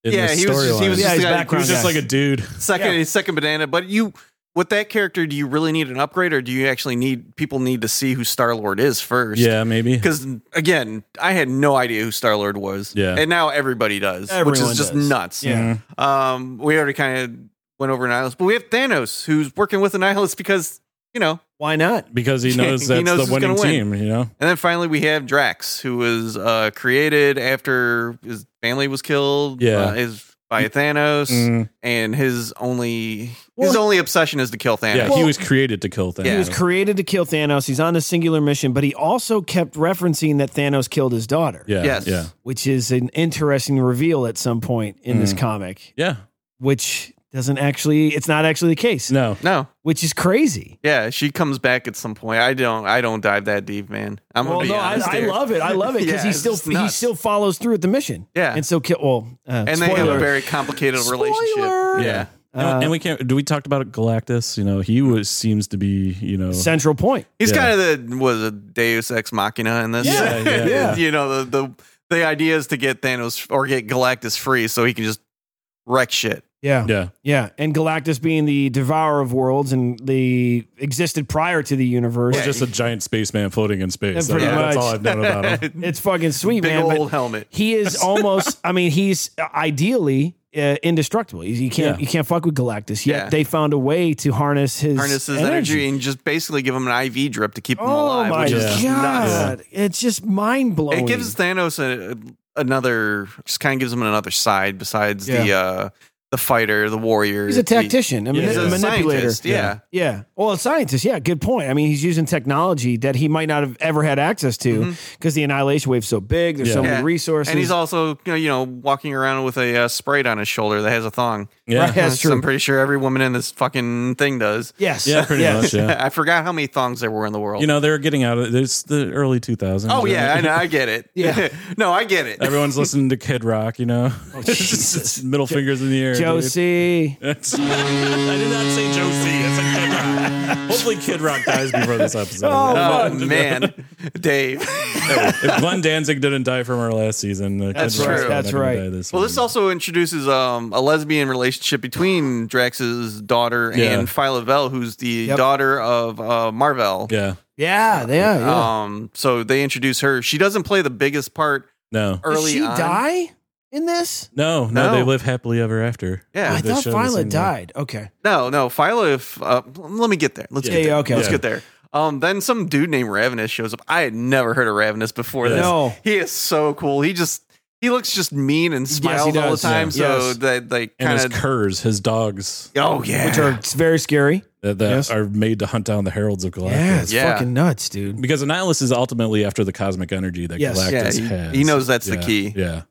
Speaker 3: in
Speaker 4: Yeah,
Speaker 3: this
Speaker 4: he was just- he was
Speaker 2: Yeah, just he's a
Speaker 3: storyline.
Speaker 2: guy-
Speaker 3: he
Speaker 2: background
Speaker 3: was just
Speaker 2: guy.
Speaker 3: like a dude.
Speaker 4: second
Speaker 2: Yeah.
Speaker 4: second banana. But you with that character, do you really need an upgrade, or do you actually need people need to see who Star Lord is first?
Speaker 3: Yeah, maybe.
Speaker 4: Because again, I had no idea who Star Lord was.
Speaker 3: Yeah.
Speaker 4: And now everybody does, which
Speaker 2: Everyone
Speaker 4: is just
Speaker 2: does.
Speaker 4: nuts.
Speaker 2: Yeah.
Speaker 3: Mhm.
Speaker 4: Um, we already kind of went over Nihilus, but we have Thanos who's working with Nihilus because you know.
Speaker 2: Why not?
Speaker 3: because he
Speaker 4: He
Speaker 3: knows that's
Speaker 4: knows
Speaker 3: the
Speaker 4: who's
Speaker 3: winning
Speaker 4: gonna win.
Speaker 3: team. You know.
Speaker 4: And then finally we have Drax, who was uh, created after his family was killed.
Speaker 3: Yeah.
Speaker 4: uh, is by Thanos,
Speaker 3: Mm.
Speaker 4: and his only his
Speaker 2: Well-
Speaker 4: only obsession is to kill Thanos.
Speaker 3: Yeah, he
Speaker 2: Well-
Speaker 3: was created to kill Thanos.
Speaker 4: He
Speaker 2: He was created to kill Thanos. He's on a singular mission, but he also kept referencing that Thanos killed his daughter,
Speaker 3: yeah,
Speaker 4: Yes.
Speaker 3: yeah,
Speaker 2: which is an interesting reveal at some point in this
Speaker 3: Mm.
Speaker 2: comic,
Speaker 3: yeah.
Speaker 2: which doesn't actually, it's not actually the case,
Speaker 3: No,
Speaker 4: No.
Speaker 2: which is crazy.
Speaker 4: Yeah, she comes back at some point. I don't. I don't dive that deep, man. I'm
Speaker 2: well,
Speaker 4: gonna be
Speaker 2: no, I,
Speaker 4: honest.
Speaker 2: I
Speaker 4: here.
Speaker 2: love it. I love it
Speaker 4: Yeah,
Speaker 2: because he
Speaker 4: it's
Speaker 2: still
Speaker 4: just
Speaker 2: he
Speaker 4: nuts.
Speaker 2: still follows through with the mission.
Speaker 4: Yeah.
Speaker 2: and so kill. Well, uh,
Speaker 4: and
Speaker 2: spoiler.
Speaker 4: they have a very complicated relationship.
Speaker 2: Spoiler!
Speaker 3: Yeah.
Speaker 2: Uh,
Speaker 3: and we can't. Do we talked about Galactus? You know, he was seems to be. You know,
Speaker 2: Uh, Central point.
Speaker 4: He's
Speaker 3: Yeah.
Speaker 4: kind of the was a Deus ex machina in this.
Speaker 2: Yeah,
Speaker 3: yeah, yeah.
Speaker 4: you know the the the idea is to get Thanos or get Galactus free so he can just wreck shit.
Speaker 2: Yeah,
Speaker 3: yeah,
Speaker 2: yeah, and Galactus being the devourer of worlds and the existed prior to the universe.
Speaker 3: Or just a giant spaceman floating in space.
Speaker 2: Yeah, pretty
Speaker 3: That-
Speaker 2: much.
Speaker 3: That's all I've known about him.
Speaker 2: It's fucking sweet,
Speaker 4: Big
Speaker 2: Oh. man. but-
Speaker 4: old helmet.
Speaker 2: He is almost. I mean, he's ideally uh, indestructible. You can't.
Speaker 3: Yeah.
Speaker 2: You can't fuck with Galactus. Yet
Speaker 4: Yeah.
Speaker 2: they found a way to harness his
Speaker 4: Harnesses energy. and just basically give him an IV drip to keep him
Speaker 2: Oh
Speaker 4: alive,
Speaker 2: my
Speaker 4: which
Speaker 3: Yeah.
Speaker 4: is nuts.
Speaker 2: god! It's just mind blowing.
Speaker 4: It gives Thanos a, another just kind of gives him another side besides the
Speaker 2: Yeah.
Speaker 4: uh the fighter, the warrior.
Speaker 2: He's a
Speaker 4: He-
Speaker 2: tactician, a,
Speaker 3: Yeah.
Speaker 2: mani-
Speaker 4: he's
Speaker 3: a
Speaker 2: manipulator.
Speaker 4: scientist, Yeah.
Speaker 2: Yeah. Well, a scientist. Yeah. Good point. I mean, he's using technology that he might not have ever had access to
Speaker 3: Mm-hmm.
Speaker 2: because the annihilation wave's so big. There's so
Speaker 3: Yeah.
Speaker 2: many
Speaker 4: Yeah.
Speaker 2: resources.
Speaker 4: And he's also, you know, you know, walking around with a uh, sprite on his shoulder that has a thong.
Speaker 3: Yeah,
Speaker 2: Right. That's
Speaker 4: So I'm
Speaker 2: true.
Speaker 4: pretty sure every woman in this fucking thing does.
Speaker 2: yes.
Speaker 3: yeah, pretty
Speaker 2: Yes.
Speaker 3: much. Yeah,
Speaker 4: I forgot how many thongs there were in the world.
Speaker 3: you know, they're getting out of this the early 2000s.
Speaker 4: oh
Speaker 3: right?
Speaker 4: yeah, I know, I get it.
Speaker 2: Yeah.
Speaker 4: no, I get it.
Speaker 3: Everyone's listening to Kid Rock. You know,
Speaker 2: Oh, Jesus.
Speaker 3: middle fingers in the air. dude.
Speaker 2: Josie.
Speaker 3: That's- I did not say Joe C. I said Kid Rock. Hopefully, Kid Rock dies before this episode.
Speaker 2: Oh,
Speaker 4: Oh
Speaker 2: fuck.
Speaker 4: man, Dave.
Speaker 3: if Glenn Danzig didn't die from our last season, uh, Kid
Speaker 2: That's
Speaker 3: Rock's
Speaker 4: true.
Speaker 3: probably not
Speaker 2: That's
Speaker 3: gonna
Speaker 2: right.
Speaker 3: die This
Speaker 4: Well,
Speaker 3: season.
Speaker 4: this also introduces um, a lesbian relationship between Drax's daughter
Speaker 3: Yeah.
Speaker 4: and Phyla Vell, who's the
Speaker 2: Yep.
Speaker 4: daughter of uh, Marvel.
Speaker 3: yeah,
Speaker 2: Yeah. Yeah. yeah.
Speaker 4: Um, so they introduce her. She doesn't play the biggest part
Speaker 3: no,
Speaker 2: Does
Speaker 4: early
Speaker 2: she
Speaker 4: on.
Speaker 2: die in this?
Speaker 3: no, no,
Speaker 4: No.
Speaker 3: They live happily ever after.
Speaker 4: Yeah.
Speaker 2: I
Speaker 3: They
Speaker 2: thought
Speaker 3: show this in
Speaker 2: Violet
Speaker 3: the-
Speaker 2: died. Okay.
Speaker 4: No, no. Phyla, if, uh, let me get there. Let's
Speaker 3: Yeah,
Speaker 4: get
Speaker 2: yeah,
Speaker 4: there.
Speaker 2: okay.
Speaker 4: Let's
Speaker 3: Yeah.
Speaker 4: get there. Um, then some dude named Ravenous shows up. I had never heard of Ravenous before
Speaker 3: Yeah.
Speaker 4: this.
Speaker 2: No.
Speaker 4: He is so cool. He just he looks just mean and
Speaker 2: he
Speaker 4: smiles all the
Speaker 2: does.
Speaker 4: time.
Speaker 2: Yeah.
Speaker 4: So
Speaker 2: Yes.
Speaker 4: that like
Speaker 3: And
Speaker 4: kind
Speaker 3: his
Speaker 4: of
Speaker 3: curs, his dogs
Speaker 4: oh yeah,
Speaker 2: Which are it's very scary.
Speaker 3: that, that
Speaker 2: Yes.
Speaker 3: are made to hunt down the heralds of Galactus.
Speaker 2: Yeah. It's
Speaker 4: Yeah.
Speaker 2: fucking nuts, dude.
Speaker 3: Because Annihilus is ultimately after the cosmic energy that
Speaker 2: Yes.
Speaker 4: Yeah,
Speaker 3: Galactus
Speaker 4: he-
Speaker 3: has.
Speaker 4: he knows that's the
Speaker 3: Yeah,
Speaker 4: key.
Speaker 3: Yeah.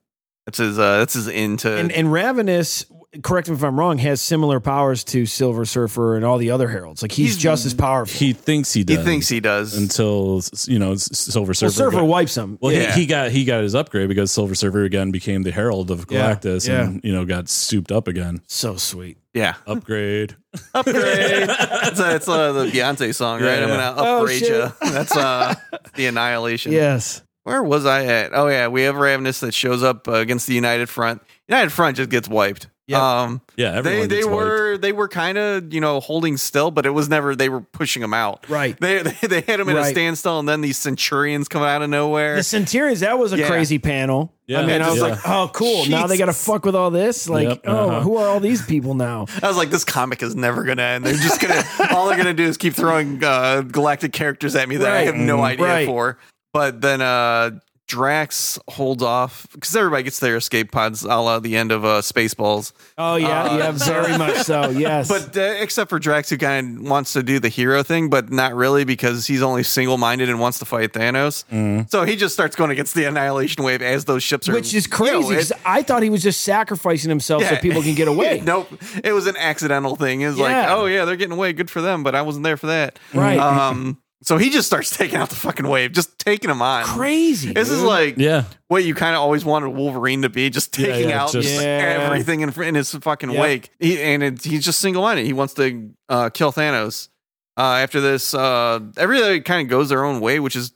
Speaker 4: that's his uh, that's his into
Speaker 2: And and Ravenous, correct me if I'm wrong, has similar powers to Silver Surfer and all the other heralds. Like he's,
Speaker 4: He's-
Speaker 2: just as powerful.
Speaker 3: He thinks he
Speaker 4: he
Speaker 3: does.
Speaker 4: thinks he does.
Speaker 3: until s- you know s- Silver
Speaker 2: well,
Speaker 3: Surfer.
Speaker 2: Surfer
Speaker 3: got-
Speaker 2: wipes him.
Speaker 3: well,
Speaker 4: Yeah.
Speaker 3: he, he got he got his upgrade because Silver Surfer again became the Herald of
Speaker 2: Yeah,
Speaker 3: Galactus and you know got souped up again.
Speaker 2: so sweet.
Speaker 4: yeah,
Speaker 3: Upgrade.
Speaker 4: upgrade. that's uh, it's uh, the Beyonce song, right?
Speaker 3: Yeah,
Speaker 4: I'm
Speaker 3: yeah.
Speaker 4: gonna
Speaker 2: Oh,
Speaker 4: upgrade
Speaker 2: shit.
Speaker 4: you. That's uh, the annihilation.
Speaker 2: Yes.
Speaker 4: Where was I at? Oh yeah, we have Ravenous that shows up uh, against the United Front. United Front just gets wiped.
Speaker 2: Yep.
Speaker 4: Um,
Speaker 3: Yeah,
Speaker 4: they
Speaker 3: everyone
Speaker 4: they
Speaker 3: gets wiped.
Speaker 4: were they were kind of you know holding still, but it was never they were pushing them out.
Speaker 2: Right.
Speaker 4: They they, they had them at a
Speaker 2: Right.
Speaker 4: standstill, and then these Centurions come out of nowhere.
Speaker 2: The Centurions, that was a
Speaker 4: Yeah.
Speaker 2: crazy panel.
Speaker 3: Yeah.
Speaker 2: I mean, I was
Speaker 3: Yeah.
Speaker 2: like, oh, cool. Now they got to
Speaker 4: Jesus.
Speaker 2: fuck with all this. Like,
Speaker 3: Yep,
Speaker 2: oh,
Speaker 3: uh-huh.
Speaker 2: who are all these people now?
Speaker 4: I was like, this comic is never gonna end. They're just gonna all they're gonna do is keep throwing uh, galactic characters at me that I
Speaker 2: Right.
Speaker 4: have no idea
Speaker 2: Right.
Speaker 4: for. But then uh Drax holds off because everybody gets their escape pods a la the end of uh, Spaceballs.
Speaker 2: Oh yeah,
Speaker 4: Uh,
Speaker 2: yeah, very much so. Yes,
Speaker 4: But uh, except for Drax, who kind of wants to do the hero thing, but not really because he's only single minded and wants to fight Thanos. So he just starts going against the Annihilation Wave as those ships are.
Speaker 2: Mm. which is
Speaker 4: you know,
Speaker 2: crazy
Speaker 4: it-
Speaker 2: 'cause I thought he was just sacrificing himself so
Speaker 4: Yeah.
Speaker 2: people can get away.
Speaker 4: nope. It was an accidental thing. It was like,
Speaker 2: Yeah.
Speaker 4: oh yeah, they're getting away. Good for them, but I wasn't there for that.
Speaker 2: Right.
Speaker 4: Um, so he just starts taking out the fucking wave, just taking them on.
Speaker 2: Crazy.
Speaker 4: This is
Speaker 2: dude.
Speaker 4: like
Speaker 3: Yeah.
Speaker 4: what you kind of always wanted Wolverine to be, just
Speaker 3: Yeah,
Speaker 4: taking
Speaker 3: yeah,
Speaker 4: out
Speaker 3: just-
Speaker 4: just
Speaker 2: Yeah.
Speaker 4: everything in, fr- in his fucking
Speaker 2: Yep.
Speaker 4: wake. He, and it, he's just single minded. He wants to uh, kill Thanos. Uh, after this, uh, everybody kind of goes their own way, which is,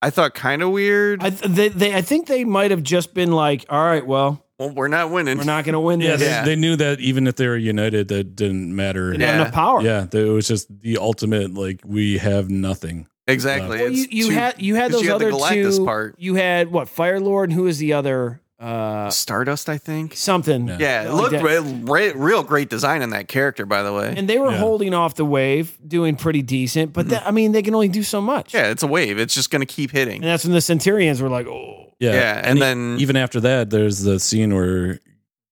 Speaker 4: I thought, kind of weird.
Speaker 2: I, th- they, they, I think they might have just been like, all right, well,
Speaker 4: well, we're not winning.
Speaker 2: we're not going to win
Speaker 3: Yeah,
Speaker 2: this.
Speaker 3: they,
Speaker 4: Yeah.
Speaker 3: they knew that even if they were united, that didn't matter.
Speaker 2: They don't have
Speaker 4: Yeah.
Speaker 2: enough power.
Speaker 3: Yeah, they- it was just the ultimate. Like we have nothing.
Speaker 4: exactly.
Speaker 2: Well, you,
Speaker 4: It's
Speaker 2: you
Speaker 4: too-
Speaker 2: had you had
Speaker 4: 'cause
Speaker 2: those
Speaker 4: you had
Speaker 2: other
Speaker 4: the Galactus
Speaker 2: two.
Speaker 4: part.
Speaker 2: You had what Fire Lord and who is the other uh,
Speaker 4: Stardust, I think.
Speaker 2: something?
Speaker 3: Yeah.
Speaker 4: Yeah, it
Speaker 2: Like that.
Speaker 4: looked re- re- real great design in that character, by the way.
Speaker 2: And they were
Speaker 3: Yeah.
Speaker 2: holding off the wave, doing pretty decent. But that, I mean, they can only do so much.
Speaker 4: Yeah, it's a wave. It's just going to keep hitting.
Speaker 2: And that's when the Centurions were like, oh,
Speaker 3: Yeah,
Speaker 4: Yeah, and
Speaker 3: e-
Speaker 4: then-
Speaker 3: even after that, there's the scene where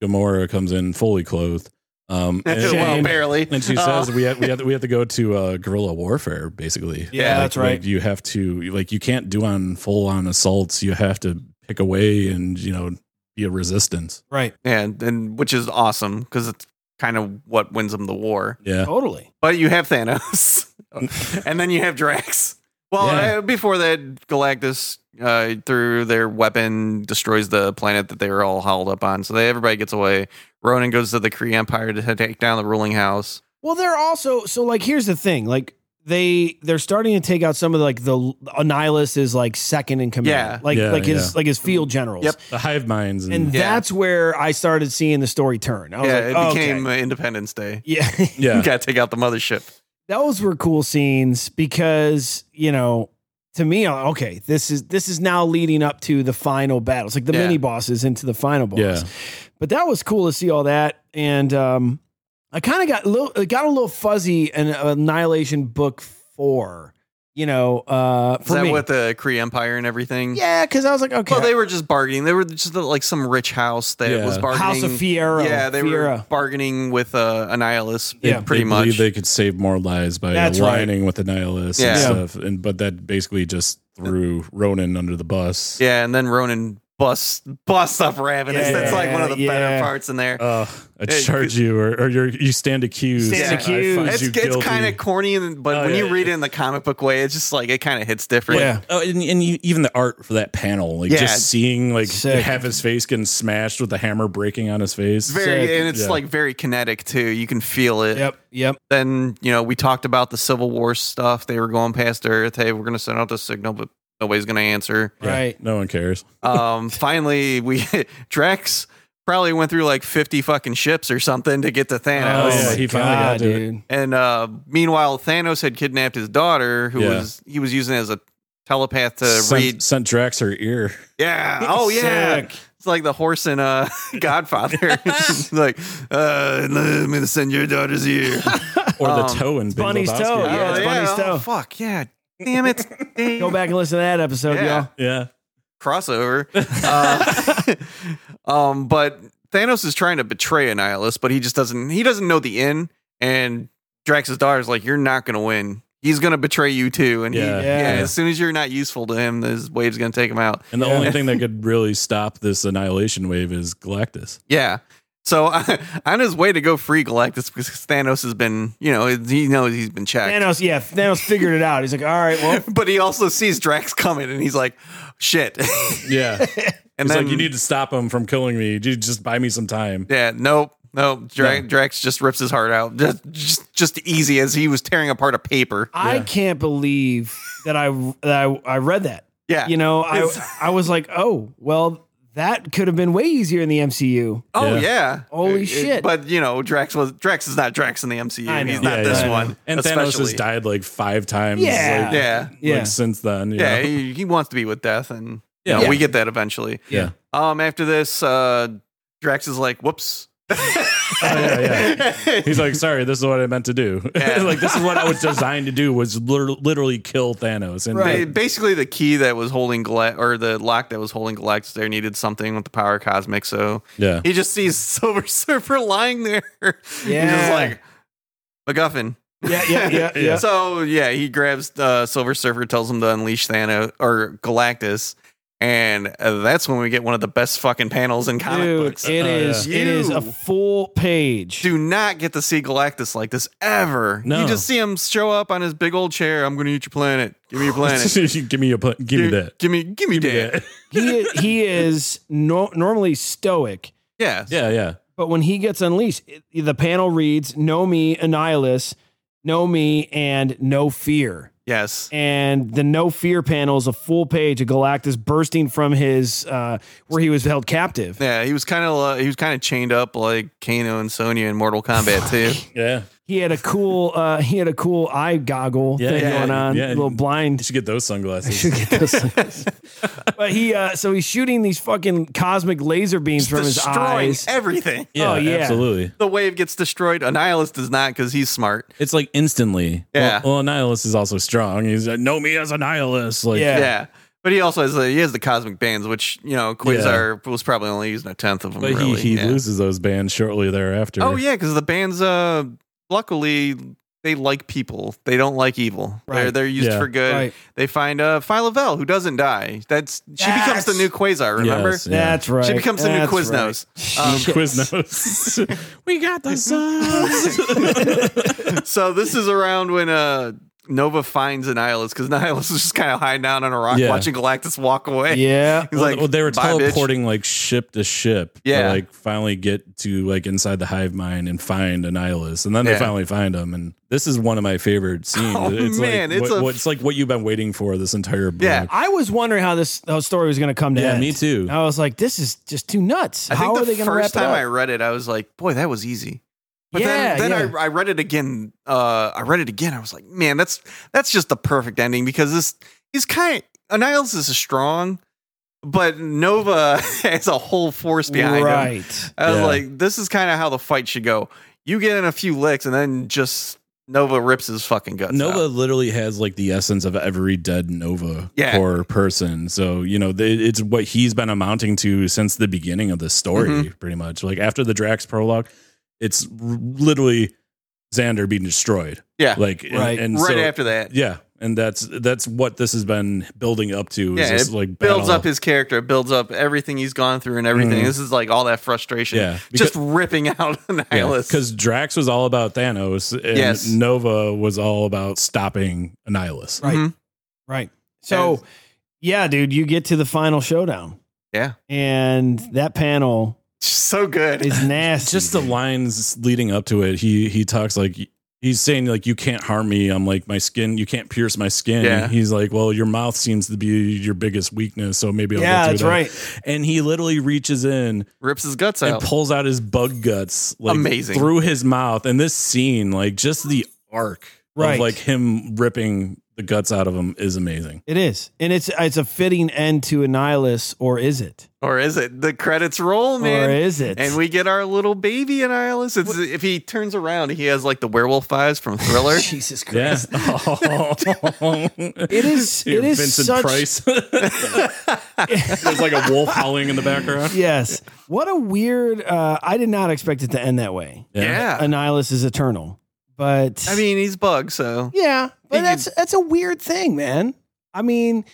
Speaker 3: Gamora comes in fully clothed. Um, and,
Speaker 4: well,
Speaker 2: Shame.
Speaker 4: barely.
Speaker 3: and she
Speaker 4: Uh,
Speaker 3: says we have, we have we have to go to uh, guerrilla warfare basically.
Speaker 2: yeah,
Speaker 4: Yeah,
Speaker 2: that's
Speaker 3: Like,
Speaker 2: right.
Speaker 3: like, you have to like you can't do on full on assaults. You have to pick away and you know be a resistance.
Speaker 2: right.
Speaker 4: and and which is awesome because it's kind of what wins them the war.
Speaker 3: Yeah.
Speaker 2: Totally.
Speaker 4: But you have Thanos, and then you have Drax. Well,
Speaker 3: Yeah.
Speaker 4: uh, before that, Galactus uh, through their weapon destroys the planet that they were all hauled up on. So they, everybody gets away. Ronan goes to the Kree Empire to take down the ruling house.
Speaker 2: Well, they're also so like here's the thing, like they they're starting to take out some of like the Annihilus is like second in command,
Speaker 4: Yeah.
Speaker 2: like
Speaker 3: Yeah,
Speaker 2: like his
Speaker 3: yeah.
Speaker 2: like his field generals.
Speaker 4: Yep.
Speaker 3: The hive minds and,
Speaker 2: And
Speaker 4: Mm. Yeah.
Speaker 2: that's where I started seeing the story turn. I was
Speaker 4: Yeah,
Speaker 2: like,
Speaker 4: it
Speaker 2: oh,
Speaker 4: became
Speaker 2: okay.
Speaker 4: uh, Independence Day.
Speaker 2: yeah,
Speaker 4: You
Speaker 3: yeah,
Speaker 4: got to take out the mothership.
Speaker 2: those were cool scenes because you know to me, I'm like, okay, this is this is now leading up to the final battle. It's like the
Speaker 4: Yeah.
Speaker 2: mini bosses into the final boss.
Speaker 3: yeah.
Speaker 2: but that was cool to see all that and um i kind of got a little it got a little fuzzy in annihilation book four you know uh
Speaker 4: Is
Speaker 2: for
Speaker 4: that
Speaker 2: me
Speaker 4: with the Kree Empire and everything?
Speaker 2: yeah because i was like okay
Speaker 4: Well, they were just bargaining. They were just like some rich house that
Speaker 3: Yeah.
Speaker 4: was bargaining.
Speaker 2: house of fiera
Speaker 4: Yeah, they were
Speaker 2: fiera
Speaker 4: bargaining with uh, Annihilus,
Speaker 2: Yeah.
Speaker 4: pretty
Speaker 3: they
Speaker 4: much.
Speaker 3: believe they could save more lives by
Speaker 2: That's
Speaker 3: aligning with the nihilists and
Speaker 4: Yeah.
Speaker 3: stuff. And but that basically just threw Ronan under the bus.
Speaker 4: yeah, and then Ronan busts busts up Ravenous.
Speaker 2: Yeah,
Speaker 4: That's like one of the
Speaker 2: yeah.
Speaker 4: better parts in there.
Speaker 3: Uh, I
Speaker 4: Hey,
Speaker 3: charge you, or, or you're, you stand accused.
Speaker 2: Stand
Speaker 3: I
Speaker 2: accused.
Speaker 3: find
Speaker 4: it's
Speaker 3: you
Speaker 4: it's
Speaker 3: guilty.
Speaker 4: kind of corny, and, but
Speaker 3: Oh,
Speaker 4: when
Speaker 3: yeah.
Speaker 4: you read it in the comic book way, it's just like it kind of hits different.
Speaker 2: yeah
Speaker 3: Oh, and, and you, even the art for that panel, like
Speaker 4: Yeah.
Speaker 3: just seeing like
Speaker 2: Sick.
Speaker 3: half his face getting smashed with the hammer breaking on his face.
Speaker 4: It's very
Speaker 2: Sick.
Speaker 4: and it's
Speaker 3: Yeah.
Speaker 4: like very kinetic too. You can feel it.
Speaker 2: yep yep
Speaker 4: Then you know we talked about the Civil War stuff. They were going past Earth. Hey, we're gonna send out the signal, but nobody's gonna answer.
Speaker 3: Yeah,
Speaker 2: right
Speaker 3: No one cares.
Speaker 4: um finally we drax probably went through like 50 fucking ships or something to get to
Speaker 3: Oh,
Speaker 4: thanos
Speaker 3: yeah,
Speaker 2: my
Speaker 3: he finally got to it.
Speaker 2: dude
Speaker 4: and uh meanwhile thanos had kidnapped his daughter who
Speaker 3: Yeah.
Speaker 4: was he was using as a telepath to
Speaker 3: sent,
Speaker 4: read
Speaker 3: sent Drax her ear.
Speaker 4: yeah oh yeah
Speaker 2: Sick.
Speaker 4: it's like the horse in uh godfather It's like uh let me send your daughter's ear
Speaker 3: Or the
Speaker 4: Um,
Speaker 3: toe and Big
Speaker 2: Bunny's
Speaker 3: Lebowski.
Speaker 2: toe,
Speaker 4: Oh,
Speaker 2: yeah. it's Bunny
Speaker 4: oh,
Speaker 2: Stone.
Speaker 4: fuck yeah damn it
Speaker 2: go back and listen to that episode
Speaker 4: Yeah.
Speaker 2: y'all
Speaker 3: Yeah.
Speaker 4: crossover. Uh, um, but Thanos is trying to betray Annihilus, but he just doesn't. He doesn't know the end. And Drax's daughter's like, "You're not going to win. He's going to betray you too." And he-
Speaker 3: Yeah.
Speaker 4: yeah.
Speaker 2: Yeah.
Speaker 4: as soon as you're not useful to him, his wave's going to take him out.
Speaker 3: And the
Speaker 2: Yeah.
Speaker 3: only thing that could really stop this annihilation wave is Galactus.
Speaker 4: Yeah. So on his way to go free Galactus, because Thanos has been, you know, he knows he's been checked.
Speaker 2: thanos yeah thanos figured it out he's like all right well
Speaker 4: But he also sees Drax coming, and he's like, "Shit!"
Speaker 3: Yeah.
Speaker 4: and
Speaker 3: It's like, you need to stop him from killing me. You just buy me some time.
Speaker 4: Yeah, nope. Nope. Dra-
Speaker 3: No.
Speaker 4: Drax just rips his heart out. Just, just just easy as he was tearing apart a paper.
Speaker 2: i
Speaker 3: Yeah.
Speaker 2: can't believe that i that I, I read that
Speaker 4: Yeah.
Speaker 2: you know i
Speaker 4: It's-
Speaker 2: i was like oh well that could have been way easier in the mcu
Speaker 4: oh
Speaker 3: Yeah.
Speaker 4: yeah.
Speaker 2: Holy
Speaker 4: It- it-
Speaker 2: shit.
Speaker 4: but you know, Drax was Drax is not Drax in the MCU.
Speaker 2: I know.
Speaker 4: He's not
Speaker 3: Yeah,
Speaker 4: this
Speaker 3: yeah.
Speaker 4: one.
Speaker 3: And Thanos has
Speaker 4: especially.
Speaker 3: died like five times.
Speaker 2: Yeah.
Speaker 3: Like,
Speaker 4: Yeah.
Speaker 2: Yeah.
Speaker 3: like, since then. you know?
Speaker 4: Yeah. He, he wants to be with death and you
Speaker 3: Yeah.
Speaker 4: know, we get that eventually.
Speaker 3: Yeah.
Speaker 4: Um after this, uh Drax is like, whoops.
Speaker 3: Oh, yeah, He's like, sorry, this is what I meant to do.
Speaker 4: Yeah.
Speaker 3: like, this is what I was designed to do was liter- literally kill Thanos. And uh,
Speaker 4: Ba-
Speaker 2: Right.
Speaker 4: Basically, the key that was holding Galact or the lock that was holding Galactus there needed something with the power of cosmic. So
Speaker 3: yeah,
Speaker 4: he just sees Silver Surfer lying there. He's just
Speaker 2: Yeah.
Speaker 4: like MacGuffin.
Speaker 2: Yeah, yeah, yeah, yeah.
Speaker 4: So yeah, he grabs uh, Silver Surfer, tells him to unleash Thanos or Galactus, and uh, that's when we get one of the best fucking panels in comic
Speaker 2: Dude,
Speaker 4: books.
Speaker 2: it
Speaker 3: Oh,
Speaker 2: is
Speaker 4: yeah.
Speaker 2: it is
Speaker 4: You-
Speaker 2: a full page.
Speaker 4: Do not get to see Galactus like this ever.
Speaker 3: No.
Speaker 4: You just see him show up on his big old chair. I'm going to eat your planet. Give me your planet.
Speaker 3: give me a pla- give me that.
Speaker 4: Give me, give me,
Speaker 3: Give me
Speaker 4: that.
Speaker 3: that.
Speaker 2: He he is no, normally stoic,
Speaker 4: Yeah.
Speaker 3: Yeah, yeah.
Speaker 2: But when he gets unleashed, it- the panel reads, Know me, Annihilus, Know me, and No Fear.
Speaker 4: Yes.
Speaker 2: And the No Fear panel is a full page of Galactus bursting from his, uh, where he was held captive.
Speaker 4: Yeah, he was kind of uh, he was kind of chained up like Kano and Sonya in Mortal Kombat too.
Speaker 3: Yeah.
Speaker 2: He had a cool, uh, he had a cool eye goggle
Speaker 3: Yeah,
Speaker 2: thing
Speaker 3: yeah,
Speaker 2: going on, a
Speaker 3: yeah.
Speaker 2: little
Speaker 3: You
Speaker 2: blind.
Speaker 3: should get those sunglasses.
Speaker 2: but he, uh, so he's shooting these fucking cosmic laser beams from his
Speaker 4: Destroying
Speaker 2: eyes.
Speaker 4: everything.
Speaker 3: yeah,
Speaker 2: Oh, yeah.
Speaker 3: absolutely.
Speaker 4: The wave gets destroyed. Annihilus does not because he's smart.
Speaker 3: It's like instantly.
Speaker 4: Yeah.
Speaker 3: Well, well Nihilus is also strong. He's like, know me as a Nihilus. Like,
Speaker 2: Yeah.
Speaker 4: Yeah. But he also has the, he has the cosmic bands, which you know Quasar was probably only using a tenth of them.
Speaker 3: but he,
Speaker 4: really.
Speaker 3: he
Speaker 4: Yeah.
Speaker 3: loses those bands shortly thereafter.
Speaker 4: Oh yeah, because the bands, uh, luckily they like people. They don't like evil. They're
Speaker 2: Right.
Speaker 4: they're used
Speaker 3: Yeah.
Speaker 4: for good.
Speaker 2: Right.
Speaker 4: They find uh, Philovel who doesn't die. That's she becomes the
Speaker 2: Yes.
Speaker 4: new Quasar. Remember,
Speaker 3: Yes, yeah.
Speaker 2: That's right.
Speaker 4: she becomes the new
Speaker 2: That's
Speaker 4: Quiznos.
Speaker 2: right.
Speaker 4: Um,
Speaker 2: Shit.
Speaker 3: Quiznos. we got the suns.
Speaker 4: so this is around when uh Nova finds Nihilus because Nihilus is just kind of hiding down on a rock
Speaker 3: Yeah.
Speaker 4: watching Galactus walk away.
Speaker 2: Yeah.
Speaker 4: He's like,
Speaker 3: well, they were
Speaker 4: "Bye, bitch."
Speaker 3: teleporting like ship to ship.
Speaker 4: Yeah.
Speaker 3: To, like finally get to like inside the hive mind and find Annihilus. And then
Speaker 4: Yeah.
Speaker 3: they finally find him. And this is one of my favorite scenes.
Speaker 4: Oh, man,
Speaker 3: like
Speaker 4: it's
Speaker 3: what,
Speaker 4: a-
Speaker 3: what- it's like what you've been waiting for this entire book.
Speaker 4: Yeah.
Speaker 2: I was wondering how this how story was going to come to
Speaker 3: Yeah,
Speaker 2: end.
Speaker 3: me too.
Speaker 2: I was like, this is just too nuts.
Speaker 4: I
Speaker 2: how
Speaker 4: think
Speaker 2: are they
Speaker 4: the
Speaker 2: going to wrap
Speaker 4: first
Speaker 2: it up?
Speaker 4: time I read it, I was like, boy, that was easy. But
Speaker 2: yeah,
Speaker 4: then, then
Speaker 2: yeah.
Speaker 4: I, I read it again. Uh, I read it again. I was like, man, that's that's just the perfect ending because this he's kind of Annihilus is strong, but Nova has a whole force behind him.
Speaker 2: right.
Speaker 4: I was
Speaker 3: Yeah.
Speaker 4: like, this is kind of how the fight should go. You get in a few licks, and then just Nova rips his fucking guts.
Speaker 3: Nova
Speaker 4: out.
Speaker 3: literally has like the essence of every dead Nova
Speaker 4: Yeah.
Speaker 3: or person. So, you know, they, it's what he's been amounting to since the beginning of the story,
Speaker 4: Mm-hmm.
Speaker 3: pretty much. Like after the Drax prologue, it's r- literally Xander being destroyed.
Speaker 4: Yeah.
Speaker 3: Like, and-
Speaker 2: Right.
Speaker 3: and,
Speaker 4: right
Speaker 3: so-
Speaker 4: after that.
Speaker 3: Yeah. And that's that's what this has been building up to.
Speaker 4: Yeah,
Speaker 3: this,
Speaker 4: it
Speaker 3: like
Speaker 4: Builds
Speaker 3: battle-
Speaker 4: up his character, builds up everything he's gone through and everything.
Speaker 3: Mhm.
Speaker 4: This is like all that frustration.
Speaker 3: Yeah,
Speaker 4: just ripping out Nihilus.
Speaker 3: because Drax was all about Thanos, and
Speaker 4: Yes.
Speaker 3: Nova was all about stopping Annihilus.
Speaker 2: Right.
Speaker 4: Mhm.
Speaker 2: Right. So, yeah, dude, you get to the final showdown.
Speaker 4: Yeah.
Speaker 2: And that panel
Speaker 4: so good.
Speaker 2: is nasty.
Speaker 3: just the
Speaker 2: dude.
Speaker 3: lines leading up to it he he talks like he's saying like you can't harm me i'm like my skin you can't pierce my skin
Speaker 4: Yeah.
Speaker 3: he's like well your mouth seems to be your biggest weakness so maybe i'll
Speaker 2: Yeah,
Speaker 3: get
Speaker 2: that's
Speaker 3: through that.
Speaker 2: right.
Speaker 3: and he literally reaches in
Speaker 4: Rips his guts
Speaker 3: and
Speaker 4: out.
Speaker 3: pulls out his bug guts like
Speaker 4: Amazing.
Speaker 3: through his mouth and this scene like just the arc
Speaker 2: Right.
Speaker 3: of like him ripping the guts out of him is amazing
Speaker 2: It is. And it's it's a fitting end to Annihilus, or is it?
Speaker 4: or is it the credits roll, Oh, man?
Speaker 2: Or is it?
Speaker 4: and we get our little baby Nihilus. It's, if he turns around, he has like the werewolf eyes from Thriller.
Speaker 2: Jesus
Speaker 3: yeah
Speaker 2: Christ.
Speaker 3: it
Speaker 2: is- it is
Speaker 3: vincent
Speaker 2: such-
Speaker 3: price there's like a wolf howling in the background
Speaker 2: Yes. What a weird uh I did not expect it to end that way.
Speaker 4: yeah.
Speaker 2: Annihilus is eternal. But
Speaker 4: Uh, I mean, he's bug, so
Speaker 2: Yeah, but
Speaker 4: Did you-
Speaker 2: that's that's a weird thing, man. I mean,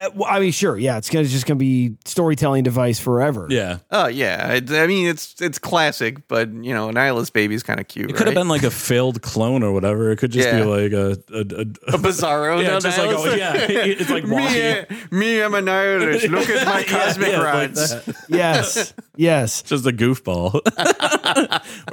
Speaker 2: uh, well, I mean, sure, yeah, it's gonna it's just gonna be storytelling device forever.
Speaker 3: Yeah.
Speaker 4: oh yeah. It, I mean, it's it's classic, but you know, Nihilus baby's kind of cute.
Speaker 3: It could have
Speaker 4: right?
Speaker 3: been like a failed clone or whatever. It could just
Speaker 4: Yeah.
Speaker 3: be like a, a, a,
Speaker 4: a bizarro.
Speaker 3: Yeah,
Speaker 4: no,
Speaker 3: just like,
Speaker 4: Nihilus.
Speaker 3: oh, yeah, it- it's like
Speaker 4: me, me, I'm Nihilus. Look at my cosmic
Speaker 3: Yeah, like
Speaker 4: rods.
Speaker 3: that.
Speaker 2: Yes. yes.
Speaker 3: just a goofball.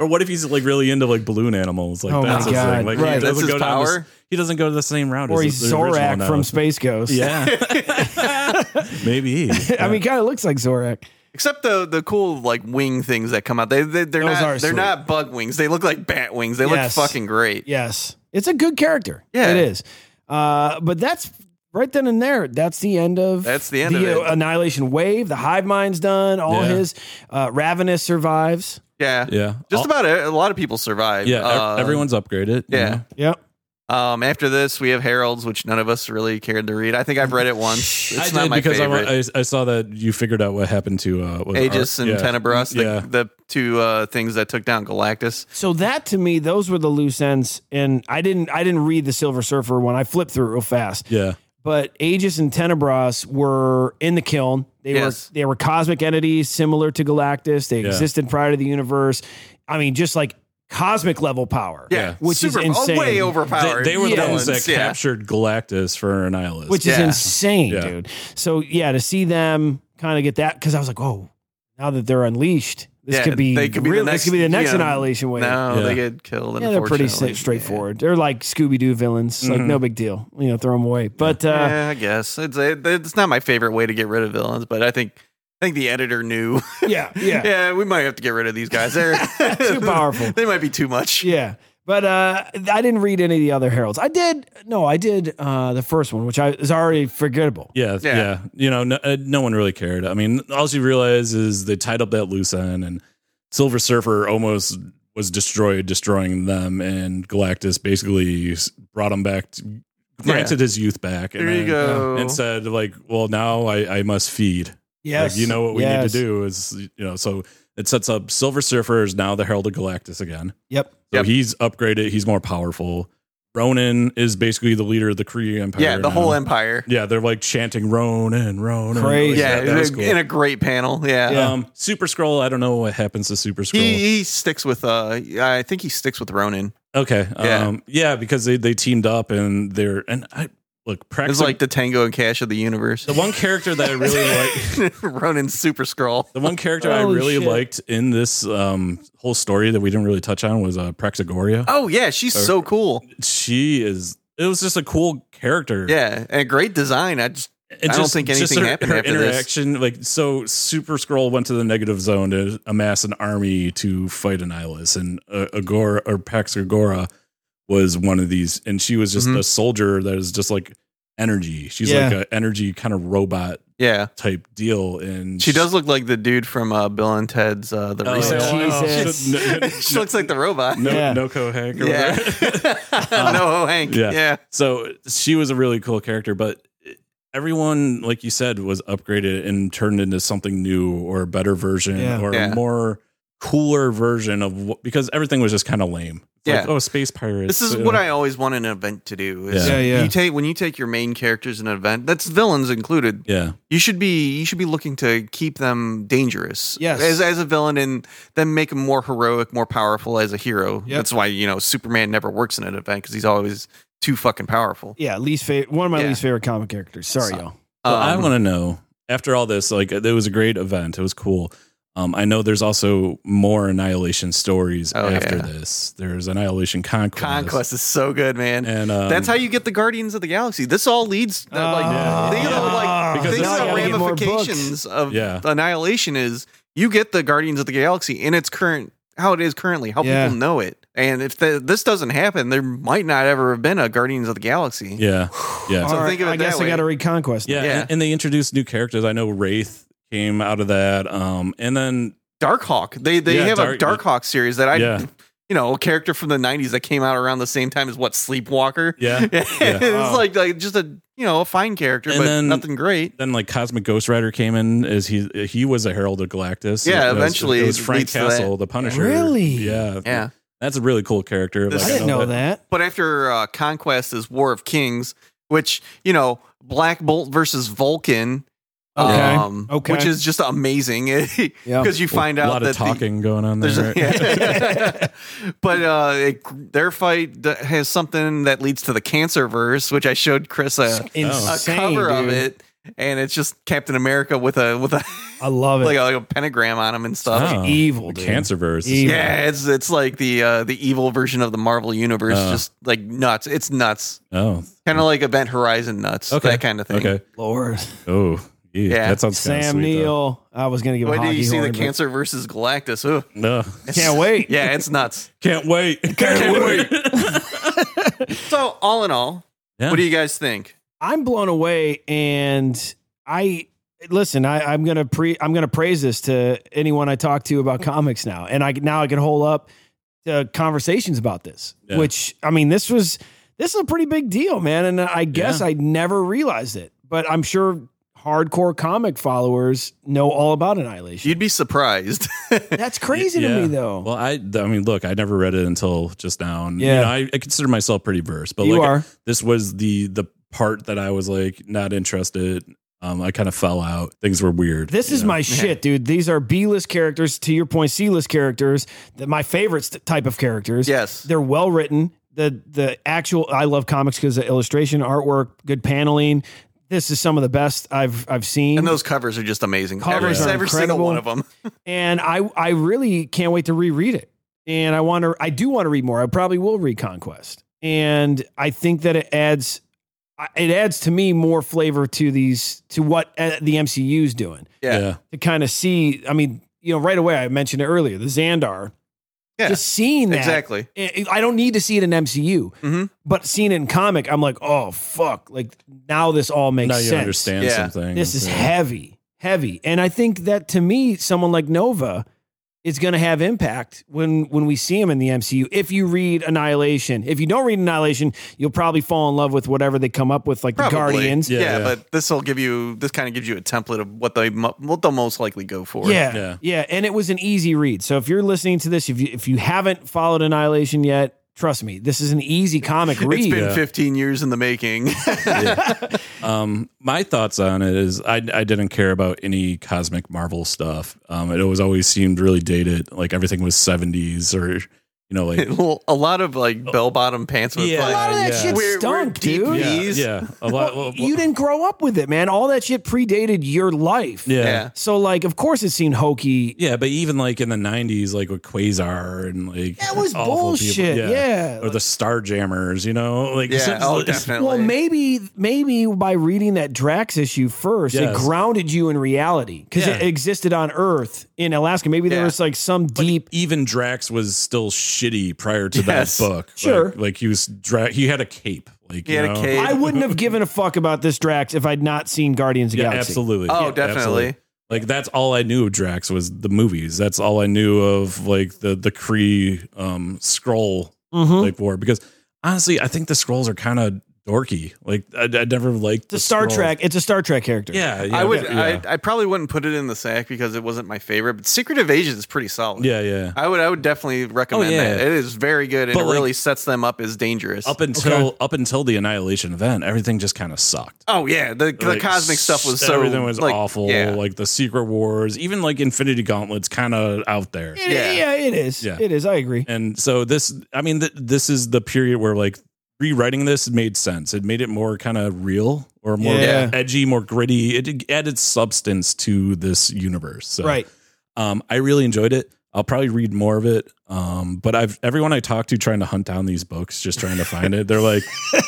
Speaker 3: or what if he's like really into like balloon animals? Like
Speaker 2: Oh my
Speaker 3: that's his
Speaker 2: God,
Speaker 3: thing. Like
Speaker 2: right.
Speaker 3: he
Speaker 4: That's
Speaker 3: doesn't
Speaker 4: his
Speaker 3: go down. this-
Speaker 4: power?
Speaker 3: he doesn't go to the same route.
Speaker 2: Or
Speaker 3: as
Speaker 2: he's
Speaker 3: the original
Speaker 2: Zorak from
Speaker 3: Nautilus.
Speaker 2: Space Ghost.
Speaker 3: Yeah, maybe.
Speaker 2: I mean, kind of looks like Zorak.
Speaker 4: Except the the cool like wing things that come out. They, they they're
Speaker 2: Those
Speaker 4: not
Speaker 2: are
Speaker 4: they're
Speaker 2: sweet.
Speaker 4: not bug wings. They look like bat wings. They
Speaker 2: Yes.
Speaker 4: look fucking great.
Speaker 2: Yes, it's a good character.
Speaker 4: Yeah.
Speaker 2: it is. Uh, but that's right then and there. That's the uh, end of.
Speaker 4: That's the end of it.
Speaker 2: annihilation wave. The hive mind's done. All
Speaker 3: Yeah.
Speaker 2: his uh, ravenous survives.
Speaker 4: Yeah.
Speaker 3: Yeah. All-
Speaker 4: Just about a, a lot of people survive.
Speaker 3: Yeah. ev-
Speaker 4: Um,
Speaker 3: everyone's upgraded. you
Speaker 4: yeah.
Speaker 3: know?
Speaker 2: Yep.
Speaker 4: Um, after this, we have Harold's, which none of us really cared to read. I think I've read it once.
Speaker 3: I
Speaker 4: It's not
Speaker 3: did
Speaker 4: my
Speaker 3: because I, wa-
Speaker 4: favorite.
Speaker 3: I, I saw that you figured out what happened to uh, what was it,
Speaker 4: Aegis
Speaker 3: Ar-
Speaker 4: and
Speaker 3: yeah.
Speaker 4: Tenebras, the,
Speaker 3: Yeah.
Speaker 4: the two uh, things that took down Galactus.
Speaker 2: So that to me, those were the loose ends, and I didn't I didn't read the Silver Surfer one. I flipped through it real fast.
Speaker 3: Yeah.
Speaker 2: But Aegis and Tenebras were in the kiln. They
Speaker 4: Yes.
Speaker 2: were they were cosmic entities similar to Galactus. They
Speaker 3: Yeah.
Speaker 2: existed prior to the universe. I mean, just like cosmic level power.
Speaker 4: Yeah,
Speaker 3: Yeah.
Speaker 2: Which is
Speaker 4: super oh,
Speaker 2: insane.
Speaker 4: way overpowered.
Speaker 3: They, they were the
Speaker 2: Yeah.
Speaker 3: ones
Speaker 4: villains,
Speaker 3: that
Speaker 4: yeah.
Speaker 3: captured Galactus for Annihilus.
Speaker 2: Which is
Speaker 4: Yeah.
Speaker 2: insane,
Speaker 3: Yeah.
Speaker 2: dude. So yeah, to see them kind of get that because I was like, oh, now that they're unleashed, this
Speaker 4: Yeah,
Speaker 2: could be
Speaker 4: they could be the
Speaker 2: real-
Speaker 4: next-
Speaker 2: this could be the next
Speaker 4: yeah.
Speaker 2: annihilation wave.
Speaker 4: No,
Speaker 3: Yeah.
Speaker 4: they get killed.
Speaker 2: Yeah, they're pretty
Speaker 4: unfortunately. Mm-hmm.
Speaker 2: sta- straightforward. They're like Scooby Doo villains. Like
Speaker 3: Mhm.
Speaker 2: no big deal. You know, throw them away. But uh,
Speaker 4: Yeah. yeah, I guess it's it, it's not my favorite way to get rid of villains, but I think I think the editor knew.
Speaker 2: yeah, yeah,
Speaker 4: yeah, we might have to get rid of these guys. They're
Speaker 2: Too powerful.
Speaker 4: They might be too much.
Speaker 2: yeah. But uh, I didn't read any of the other heralds. I did. No, I did uh, the first one, which I is already forgettable.
Speaker 3: Yeah,
Speaker 4: Yeah.
Speaker 3: yeah, You know, no, uh, no one really cared. I mean, all you realize is they tied up that loose end, and Silver Surfer almost was destroyed, destroying them, and Galactus basically s- brought him back, to, granted his youth back.
Speaker 4: There you go.
Speaker 3: And said, like, well, now I, I must feed.
Speaker 2: Yes,
Speaker 3: Like, you know what we
Speaker 2: Yes.
Speaker 3: need to do is, you know, so it sets up Silver Surfer is now the Herald of Galactus again.
Speaker 2: Yep.
Speaker 3: So
Speaker 4: Yep.
Speaker 3: he's upgraded. He's more powerful. Ronan is basically the leader of the Kree Empire.
Speaker 4: yeah, the
Speaker 3: now.
Speaker 4: whole empire.
Speaker 3: Yeah, they're like chanting Ronan, Ronan.
Speaker 2: Crazy.
Speaker 4: Yeah,
Speaker 3: That, that was
Speaker 4: in, a,
Speaker 3: cool.
Speaker 4: in a great panel. Yeah.
Speaker 2: Yeah.
Speaker 3: Um, Super Scroll. I don't know what happens to Super Scroll.
Speaker 4: He, he sticks with uh I think he sticks with Ronin.
Speaker 3: okay.
Speaker 4: Yeah.
Speaker 3: Um, yeah, because they, they teamed up and they're and I look Praxis.
Speaker 4: It's like the Tango and Cash of the universe.
Speaker 3: the one character that I really like.
Speaker 4: Ronin's super scroll.
Speaker 3: The one character I
Speaker 2: Holy
Speaker 3: really
Speaker 2: Oh, shit.
Speaker 3: liked in this um, whole story that we didn't really touch on was uh, Praxagoria.
Speaker 4: Oh yeah, she's
Speaker 3: Or-
Speaker 4: so cool.
Speaker 3: She is. It was just a cool character.
Speaker 4: Yeah, and great design. I just
Speaker 3: And
Speaker 4: I don't think anything
Speaker 3: her,
Speaker 4: happened
Speaker 3: her
Speaker 4: after this.
Speaker 3: interaction, Like so, Super Scroll went to the negative zone to amass an army to fight Annihilus, and uh, Agora or Pax Agora was one of these, and she was just
Speaker 4: Mhm.
Speaker 3: a soldier that is just like energy. She's
Speaker 2: Yeah.
Speaker 3: like an energy kind of robot
Speaker 4: yeah,
Speaker 3: type deal, and
Speaker 4: she does look like the dude from uh, Bill and Ted's uh, the
Speaker 3: Oh,
Speaker 4: recent.
Speaker 2: yeah.
Speaker 4: one.
Speaker 2: Jesus.
Speaker 4: she looks like the robot.
Speaker 3: no
Speaker 2: Yeah.
Speaker 3: no cohack. or
Speaker 4: yeah,
Speaker 3: whatever.
Speaker 4: no Hank.
Speaker 3: yeah.
Speaker 4: Yeah.
Speaker 3: So she was a really cool character, but everyone, like you said, was upgraded and turned into something new or a better version
Speaker 2: Yeah.
Speaker 3: or
Speaker 4: Yeah.
Speaker 3: a more cooler version of what, because everything was just kind of lame. It's Like,
Speaker 4: Yeah.
Speaker 3: oh, space pirates.
Speaker 4: This is
Speaker 3: uh,
Speaker 4: what I always want an event to do. Is
Speaker 2: Yeah. Yeah, yeah.
Speaker 4: You take when you take your main characters in an event. That's villains included.
Speaker 3: Yeah.
Speaker 4: You should be you should be looking to keep them dangerous.
Speaker 2: Yes.
Speaker 4: As as a villain and then make them more heroic, more powerful as a hero.
Speaker 2: Yep.
Speaker 4: That's why, you know, Superman never works in an event cuz he's always too fucking powerful.
Speaker 2: Yeah, least favorite. One of my
Speaker 4: Yeah.
Speaker 2: least favorite comic characters. Sorry, y'all.
Speaker 3: Well, I
Speaker 4: Um,
Speaker 3: want to know after all this, like, it was a great event. It was cool. Um, I know there's also more annihilation stories
Speaker 4: Oh,
Speaker 3: after
Speaker 4: yeah.
Speaker 3: this. There's annihilation conquest.
Speaker 4: Conquest is so good, man.
Speaker 3: And um,
Speaker 4: That's how you get the Guardians of the Galaxy. This all leads uh, like
Speaker 3: Yeah.
Speaker 4: think of the,
Speaker 2: Oh, Yeah.
Speaker 4: like
Speaker 3: Because
Speaker 4: think
Speaker 3: now
Speaker 4: of
Speaker 3: I
Speaker 4: the
Speaker 3: gotta
Speaker 2: get more books.
Speaker 4: ramifications of
Speaker 3: Yeah.
Speaker 4: Annihilation is you get the Guardians of the Galaxy in its current how it is currently, how
Speaker 2: Yeah.
Speaker 4: people know it. And if the, this doesn't happen, there might not ever have been a Guardians of the Galaxy.
Speaker 3: yeah, yeah.
Speaker 2: All right,
Speaker 4: think of it
Speaker 2: I guess
Speaker 4: that
Speaker 2: I
Speaker 4: way.
Speaker 2: got to read Conquest.
Speaker 3: Yeah,
Speaker 4: Yeah.
Speaker 3: And, and they introduced new characters. I know Wraith came out of that. Um, and then
Speaker 4: Darkhawk. They they
Speaker 3: Yeah,
Speaker 4: have a
Speaker 3: Dark-
Speaker 4: Darkhawk series that I
Speaker 3: Yeah.
Speaker 4: you know, a character from the 90s that came out around the same time as what Sleepwalker.
Speaker 3: yeah,
Speaker 4: it's
Speaker 2: Wow.
Speaker 4: like like just a you know, a fine character
Speaker 3: And
Speaker 4: but
Speaker 3: then-
Speaker 4: nothing great.
Speaker 3: then like Cosmic Ghost Rider came in as he he was a Herald of Galactus.
Speaker 4: Yeah,
Speaker 3: It was-
Speaker 4: eventually
Speaker 3: it was
Speaker 4: it
Speaker 3: Frank
Speaker 4: leads to that.
Speaker 3: Castle, the Punisher.
Speaker 2: Really?
Speaker 3: Yeah,
Speaker 4: Yeah.
Speaker 3: That's a really cool character.
Speaker 4: This-
Speaker 2: I
Speaker 4: I
Speaker 2: didn't know, that.
Speaker 4: But after uh, Conquest is War of Kings, which, you know, Black Bolt versus Vulcan. um,
Speaker 2: Okay. Okay.
Speaker 4: Which is just amazing
Speaker 2: Yeah.
Speaker 4: because you find
Speaker 3: a
Speaker 4: out
Speaker 3: lot
Speaker 4: that
Speaker 3: of
Speaker 4: the-
Speaker 3: talking going on there.
Speaker 4: there's a, but uh, it, their fight d- has something that leads to the cancer verse, which I showed Chris a, a
Speaker 2: Insane,
Speaker 4: cover of
Speaker 2: dude.
Speaker 4: it, and it's just Captain America with a with a
Speaker 2: I love it.
Speaker 4: like a, like a pentagram on him and stuff.
Speaker 3: Oh,
Speaker 2: evil,
Speaker 3: the
Speaker 2: dude.
Speaker 3: Cancerverse.
Speaker 2: Evil.
Speaker 4: Yeah, it's it's like the uh, the evil version of the Marvel universe,
Speaker 3: Uh.
Speaker 4: just like nuts. It's nuts,
Speaker 3: Oh,
Speaker 4: kind of like Event Horizon nuts,
Speaker 3: Okay.
Speaker 4: that kind of thing.
Speaker 3: okay.
Speaker 2: Lord.
Speaker 3: Oh, geez,
Speaker 4: Yeah.
Speaker 3: That sounds kind of
Speaker 2: Sam
Speaker 3: sweet. though.
Speaker 2: Neill. I was going to give
Speaker 4: Why
Speaker 2: a
Speaker 4: do
Speaker 2: hockey
Speaker 4: you see
Speaker 2: horn,
Speaker 4: the
Speaker 2: but-
Speaker 4: Cancer versus Galactus? Ooh,
Speaker 3: No,
Speaker 2: Can't wait.
Speaker 4: yeah, it's nuts.
Speaker 3: can't wait. Can't,
Speaker 4: wait. So all in all,
Speaker 3: Yeah.
Speaker 4: what do you guys think?
Speaker 2: I'm blown away, and I listen, I, I'm gonna pre I'm gonna praise this to anyone I talk to about comics now, and I now I can hold up to conversations about this.
Speaker 3: Yeah.
Speaker 2: Which I mean, this was this is a pretty big deal, man, and I guess I never realized it, but I'm sure hardcore comic followers know all about Annihilation.
Speaker 4: You'd be surprised.
Speaker 2: That's crazy to
Speaker 3: Yeah.
Speaker 2: me, though.
Speaker 3: Well, I, th- I mean, look, I never read it until just now, and
Speaker 2: Yeah.
Speaker 3: you know, I, I consider myself pretty versed, but
Speaker 2: you
Speaker 3: like,
Speaker 2: are.
Speaker 3: this was the the part that I was like not interested. Um, I kind of fell out. Things were weird.
Speaker 2: This
Speaker 3: you
Speaker 2: is
Speaker 3: know?
Speaker 2: my shit, dude. These are B list characters, to your point, C list characters, that my favorites type of characters.
Speaker 4: yes.
Speaker 2: They're well written. The the actual I love comics because of illustration, artwork, good paneling. This is some of the best I've I've seen.
Speaker 4: And those covers are just amazing.
Speaker 2: Covers
Speaker 4: every
Speaker 2: are
Speaker 4: every single
Speaker 2: incredible.
Speaker 4: one of them.
Speaker 2: and I I really can't wait to reread it. And I want to I do want to read more. I probably will read Conquest. And I think that it adds I- it adds to me more flavor to these to what uh, the MCU is doing
Speaker 4: Yeah.
Speaker 3: yeah.
Speaker 2: to kind of see. I mean, you know, right away I mentioned it earlier the Xandar.
Speaker 4: Yeah,
Speaker 2: just seeing that.
Speaker 4: Exactly.
Speaker 2: I- I don't need to see it in MCU,
Speaker 4: Mhm.
Speaker 2: but seeing it in comic, I'm like, oh fuck! Like now this all makes
Speaker 3: Now you
Speaker 2: sense.
Speaker 3: understand
Speaker 4: Yeah.
Speaker 3: something.
Speaker 2: This is
Speaker 3: Yeah.
Speaker 2: heavy, heavy, and I think that to me, someone like Nova is going to have impact when when we see him in the MCU. If you read Annihilation, if you don't read Annihilation, you'll probably fall in love with whatever they come up with, like
Speaker 4: Probably.
Speaker 2: the Guardians.
Speaker 3: Yeah,
Speaker 4: Yeah,
Speaker 3: yeah.
Speaker 4: but this will give you this kind of gives you a template of what they mo- what they'll most likely go for.
Speaker 2: Yeah,
Speaker 3: Yeah.
Speaker 2: yeah, and it was an easy read. So if you're listening to this, if you if you haven't followed Annihilation yet, trust me, this is an easy comic
Speaker 4: It's
Speaker 2: read.
Speaker 4: been
Speaker 3: Yeah.
Speaker 4: 15 years in the making.
Speaker 3: Um, my thoughts on it is I I didn't care about any cosmic Marvel stuff. Um, it always always seemed really dated. Like everything was seventies or you know like
Speaker 4: Well, a lot of like bell bottom pants with
Speaker 3: Yeah.
Speaker 2: a lot
Speaker 4: like,
Speaker 2: of that
Speaker 3: yeah.
Speaker 2: shit
Speaker 4: We're- we're
Speaker 2: stunk,
Speaker 4: deep
Speaker 2: dude.
Speaker 3: yeah,
Speaker 4: Please.
Speaker 3: yeah a lot.
Speaker 2: Well,
Speaker 3: well,
Speaker 2: you didn't grow up with it, man. All that shit predated your life.
Speaker 3: yeah. yeah.
Speaker 4: Yeah.
Speaker 2: So like, of course, it seemed hokey.
Speaker 3: but even like in the '90s, like with Quasar and like
Speaker 2: That was
Speaker 3: awful people-
Speaker 2: bullshit. Yeah.
Speaker 3: or the Star Jammers, you know, like
Speaker 4: yeah,
Speaker 3: some-
Speaker 4: oh,
Speaker 3: it's-
Speaker 4: definitely.
Speaker 2: Well, maybe maybe by reading that Drax issue first,
Speaker 3: Yes.
Speaker 2: it grounded you in reality because it
Speaker 3: Yeah.
Speaker 2: existed on Earth in Alaska. Maybe there
Speaker 4: Yeah.
Speaker 2: was like some
Speaker 3: But
Speaker 2: deep.
Speaker 3: even Drax was still shitty prior to
Speaker 4: Yes.
Speaker 3: that book. Like-
Speaker 2: Sure.
Speaker 3: like, he was dra- he had a cape. Like
Speaker 4: He
Speaker 3: you
Speaker 4: had a
Speaker 3: know?
Speaker 4: cape.
Speaker 2: I wouldn't have given a fuck about this Drax if I'd not seen Guardians of the
Speaker 3: Yeah,
Speaker 2: Galaxy.
Speaker 3: absolutely.
Speaker 4: Oh,
Speaker 3: Yeah,
Speaker 4: definitely.
Speaker 3: absolutely. Like that's all I knew of Drax was the movies. That's all I knew of like the the Kree um scroll
Speaker 4: Mm-hmm.
Speaker 2: Mhm.
Speaker 3: like war because honestly, I think the scrolls are kind of dorky. Like I, I never liked
Speaker 2: It's a Star
Speaker 3: Skrulls.
Speaker 2: Trek. It's a Star Trek character.
Speaker 3: Yeah, yeah,
Speaker 4: I would.
Speaker 3: Yeah,
Speaker 4: I, I probably wouldn't put it in the sack because it wasn't my favorite. But Secret Evasion is pretty solid.
Speaker 3: yeah, yeah.
Speaker 4: I would. I would definitely recommend
Speaker 3: yeah.
Speaker 4: that. It is very good, and
Speaker 3: But,
Speaker 4: it
Speaker 3: like,
Speaker 4: really sets them up as dangerous.
Speaker 3: Up until up until the annihilation event, everything just kind of sucked.
Speaker 4: oh yeah, the the
Speaker 3: Like,
Speaker 4: cosmic stuff was so
Speaker 3: everything was
Speaker 4: like,
Speaker 3: awful.
Speaker 4: Yeah,
Speaker 3: Like the Secret Wars, even like Infinity Gauntlet's kind of out there.
Speaker 2: It-
Speaker 4: Yeah.
Speaker 2: yeah, it is.
Speaker 3: Yeah.
Speaker 2: It is. I agree.
Speaker 3: And so this, I mean, th- this is the period where like rewriting this made sense. It made it more kind of real or more
Speaker 2: Yeah.
Speaker 3: edgy, more gritty. It added substance to this universe. So,
Speaker 2: Right.
Speaker 3: Um, I really enjoyed it. I'll probably read more of it. Um, but I've everyone I talk to trying to hunt down these books, just trying to find it. They're like,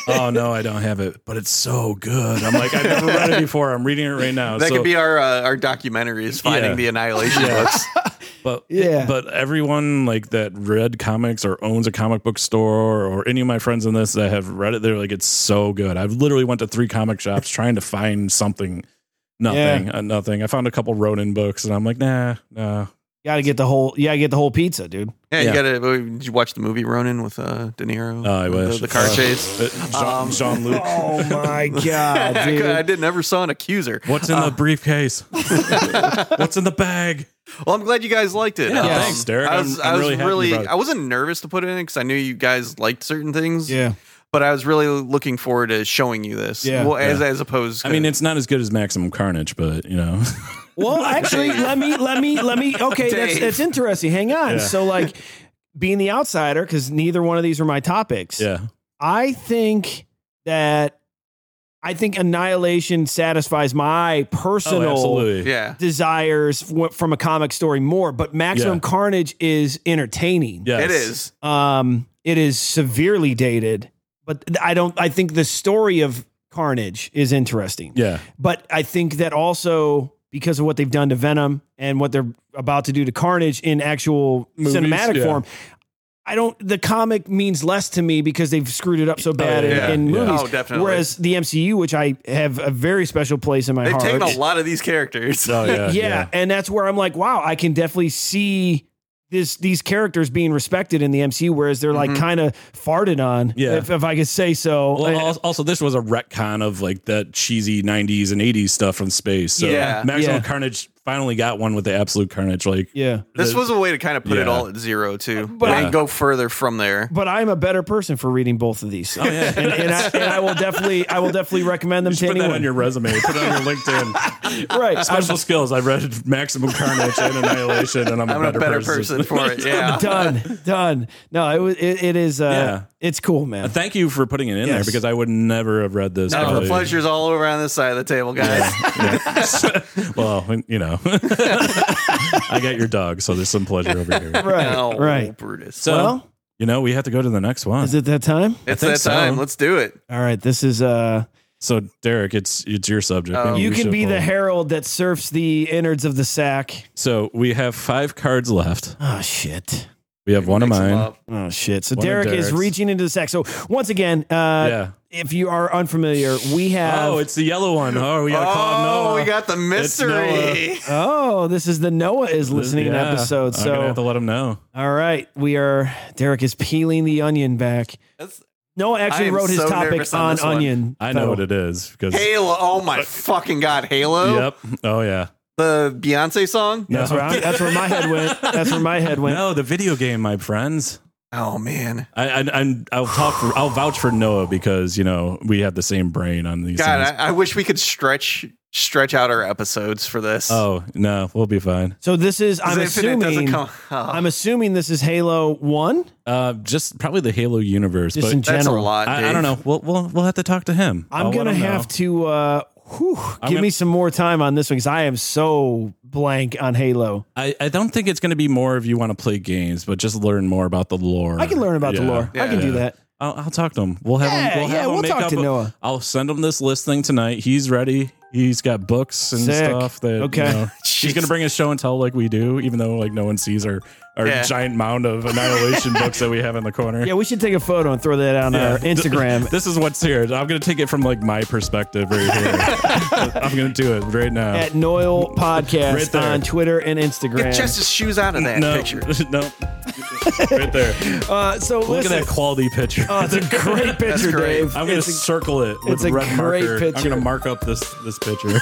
Speaker 3: "Oh no, I don't have it," but it's so good. I'm like, I've never read it before. I'm reading it right now.
Speaker 4: that
Speaker 3: so,
Speaker 4: could be our uh, our documentary is finding
Speaker 3: Yeah.
Speaker 4: the annihilation books.
Speaker 3: But eh,
Speaker 2: Yeah.
Speaker 3: but everyone like that read comics or owns a comic book store or any of my friends in this that have read it, they're like, it's so good. I've literally went to three comic shops trying to find something. Nothing, uh, nothing. I found a couple Ronin books, and I'm like, nah, nah.
Speaker 2: You gotta get the whole. You gotta get the whole pizza, dude.
Speaker 4: Yeah,
Speaker 3: Yeah.
Speaker 4: you gotta. uh, Did you watch the movie Ronin with uh, De Niro?
Speaker 3: Oh, I
Speaker 4: The-
Speaker 3: wish
Speaker 4: the, car
Speaker 3: Uh,
Speaker 4: chase.
Speaker 3: uh,
Speaker 4: Um,
Speaker 3: Jean Luc.
Speaker 2: Oh my god,
Speaker 4: I
Speaker 2: dude.
Speaker 4: could- I did never saw an accuser.
Speaker 3: What's in the briefcase? What's in the bag?
Speaker 4: Well, I'm glad you guys liked it. Um,
Speaker 3: Yeah, thanks, Derek.
Speaker 4: I was,
Speaker 3: I'm- I'm
Speaker 4: I was
Speaker 3: really
Speaker 4: really,
Speaker 3: happy about it.
Speaker 4: I wasn't nervous to put it in because I knew you guys liked certain things.
Speaker 2: Yeah.
Speaker 4: but I was really looking forward to showing you this.
Speaker 2: Yeah.
Speaker 4: well, as as opposed,
Speaker 3: I mean, it's not as good as Maximum Carnage, but you know,
Speaker 2: Well, actually, let me let me let me. Okay, that's
Speaker 4: Dave.
Speaker 2: that's interesting. Hang on.
Speaker 3: Yeah.
Speaker 2: So, like, being the outsider, because neither one of these are my topics.
Speaker 3: yeah,
Speaker 2: I think that I think Annihilation satisfies my
Speaker 3: oh,
Speaker 2: personal
Speaker 3: absolutely,
Speaker 4: yeah,
Speaker 2: desires f- from a comic story more, but Maximum
Speaker 3: Yeah.
Speaker 2: Carnage is entertaining.
Speaker 3: Yes.
Speaker 4: it is.
Speaker 2: Um, it is severely dated, but th- I don't. I think the story of Carnage is interesting.
Speaker 3: yeah,
Speaker 2: But I think that also because of what they've done to Venom and what they're about to do to Carnage in actual
Speaker 3: Movies,
Speaker 2: cinematic
Speaker 3: yeah.
Speaker 2: form, I don't. The comic means less to me because they've screwed it up so bad in-
Speaker 4: yeah,
Speaker 2: in,
Speaker 3: Oh, yeah.
Speaker 2: movies.
Speaker 4: Oh, definitely.
Speaker 2: Whereas the MCU, which I have a very special place in my
Speaker 4: They've
Speaker 2: heart,
Speaker 4: taken a lot of these characters.
Speaker 3: Oh yeah,
Speaker 2: yeah, and that's where I'm like, wow, I can definitely see this these characters being respected in the MCU, whereas they're like
Speaker 4: Mhm.
Speaker 2: kind of farted on,
Speaker 3: Yeah.
Speaker 2: if, if I could say so.
Speaker 3: Well, al- also, this was a retcon of like that cheesy '90s and '80s stuff from space. So
Speaker 4: Yeah.
Speaker 3: Maximum
Speaker 2: Yeah.
Speaker 3: Carnage finally got one with the Absolute Carnage. Like
Speaker 2: yeah,
Speaker 4: This
Speaker 3: the-
Speaker 4: was a way to kind of put it
Speaker 3: Yeah.
Speaker 4: all at zero too,
Speaker 2: But
Speaker 4: and
Speaker 3: I-
Speaker 4: go further from there.
Speaker 2: but I'm a better person for reading both of these,
Speaker 3: Oh, yeah.
Speaker 2: and, and, I, and I will definitely, I will definitely recommend them
Speaker 3: You
Speaker 2: to
Speaker 3: should put that
Speaker 2: anyone.
Speaker 3: on your resume. Put it on your LinkedIn.
Speaker 2: right, I'm
Speaker 3: Special skills. I read Maximum Carnage and Annihilation, and I'm,
Speaker 4: I'm a better person for it. Yeah,
Speaker 2: done, done. No, it was, it, it is, uh,
Speaker 3: Yeah.
Speaker 2: it's cool, man.
Speaker 3: Thank you for putting it in there
Speaker 2: Yes.
Speaker 3: because I would never have read this.
Speaker 4: no, the
Speaker 3: probably.
Speaker 4: pleasure's all over on this side of the table, guys.
Speaker 3: Yeah. well, you know, I got your dog, so there's some pleasure over here.
Speaker 2: Right,
Speaker 4: Oh,
Speaker 2: right.
Speaker 4: Brutus.
Speaker 3: So,
Speaker 2: well,
Speaker 3: you know, we have to go to the next one.
Speaker 2: is it that time?
Speaker 4: it's
Speaker 3: think
Speaker 4: that
Speaker 3: so.
Speaker 4: time. Let's do it.
Speaker 2: All right, this is uh
Speaker 3: so, Derek, it's it's your subject.
Speaker 4: Oh.
Speaker 3: Maybe
Speaker 2: you
Speaker 3: we
Speaker 2: can
Speaker 3: should
Speaker 2: be the
Speaker 3: hold-
Speaker 2: herald that surfs the innards of the sack.
Speaker 3: So we have five cards left.
Speaker 2: Oh shit.
Speaker 3: We have one of
Speaker 4: Mix 'em
Speaker 3: mine.
Speaker 4: up.
Speaker 2: Oh shit. So
Speaker 3: One of
Speaker 2: Derek is
Speaker 3: Derek's.
Speaker 2: reaching into the sack. So once again, uh
Speaker 3: yeah.
Speaker 2: if you are unfamiliar, we have
Speaker 3: Oh, it's the yellow one. Oh, we gotta call him
Speaker 4: Oh,
Speaker 3: Noah.
Speaker 4: we got the mystery.
Speaker 2: Oh, this is the Noah is listening
Speaker 3: Yeah.
Speaker 2: episode.
Speaker 3: I'm gonna
Speaker 2: So
Speaker 3: have to let him know.
Speaker 2: all right, we are Derek is peeling the onion back.
Speaker 4: That's
Speaker 2: Noah
Speaker 4: I
Speaker 2: actually
Speaker 4: am
Speaker 2: wrote his
Speaker 4: so
Speaker 2: topic
Speaker 4: nervous on
Speaker 2: on,
Speaker 4: this one.
Speaker 2: onion.
Speaker 3: I know
Speaker 2: though.
Speaker 3: what it is because.
Speaker 4: Halo. Oh my fucking god, Halo.
Speaker 3: Yep. Oh yeah.
Speaker 4: The Beyonce song.
Speaker 2: That's where I, that's where my head went. That's where my head went.
Speaker 3: No, the video game, my friends.
Speaker 4: Oh man,
Speaker 3: I, I I'm, I'll talk. For, I'll vouch for Noah because you know we have the same brain on these.
Speaker 4: God,
Speaker 3: things.
Speaker 4: I, I wish we could stretch stretch out our episodes for this.
Speaker 3: oh no, we'll be fine.
Speaker 2: So this is
Speaker 4: 'Cause
Speaker 2: I'm
Speaker 4: if it doesn't
Speaker 2: assuming
Speaker 4: come- oh,
Speaker 2: I'm assuming this is Halo 1
Speaker 3: Uh, just probably the Halo universe,
Speaker 2: just
Speaker 3: but
Speaker 2: in
Speaker 4: that's a
Speaker 2: general.
Speaker 4: lot.
Speaker 3: I, I don't
Speaker 4: Dave.
Speaker 3: know. We'll, we'll we'll have to talk to him.
Speaker 2: I'm
Speaker 3: I'll let
Speaker 2: gonna
Speaker 3: him
Speaker 2: have
Speaker 3: know.
Speaker 2: to uh, whew, give
Speaker 3: gonna-
Speaker 2: me some more time on this one because I am so blank on Halo.
Speaker 3: I, I don't think it's going to be more if you want to play games, but just learn more about the lore.
Speaker 2: I can learn about the
Speaker 3: Yeah.
Speaker 2: lore. I can do
Speaker 3: Yeah.
Speaker 2: that.
Speaker 3: I'll, I'll talk to him. We'll have
Speaker 2: Yeah,
Speaker 3: him. We'll, have
Speaker 2: yeah,
Speaker 3: him
Speaker 2: we'll
Speaker 3: make
Speaker 2: talk
Speaker 3: up
Speaker 2: to
Speaker 3: a-
Speaker 2: Noah.
Speaker 3: I'll send him this list thing tonight. He's ready. He's got books and
Speaker 2: Sick.
Speaker 3: stuff that
Speaker 2: Okay.
Speaker 3: you know, she's gonna bring his show and tell like we do, even though like no one sees our our
Speaker 4: Yeah.
Speaker 3: giant mound of annihilation books that we have in the corner.
Speaker 2: Yeah, we should take a photo and throw that on
Speaker 3: Yeah.
Speaker 2: our Instagram.
Speaker 3: This is what's here. I'm gonna take it from like my perspective right here. I'm gonna do it right now.
Speaker 2: At Noel
Speaker 3: Right
Speaker 2: Podcast
Speaker 3: there.
Speaker 2: on Twitter and Instagram.
Speaker 4: Get Jess's shoes out of that
Speaker 3: no,
Speaker 4: picture.
Speaker 3: no, right there.
Speaker 2: uh, so
Speaker 3: Look
Speaker 2: listen,
Speaker 3: at that quality picture.
Speaker 2: oh, it's a great picture,
Speaker 4: great.
Speaker 2: Dave.
Speaker 3: I'm gonna
Speaker 2: It's a-
Speaker 3: circle it with
Speaker 2: it's a
Speaker 3: red
Speaker 2: great
Speaker 3: marker. I'm
Speaker 2: picture.
Speaker 3: gonna mark up this this picture.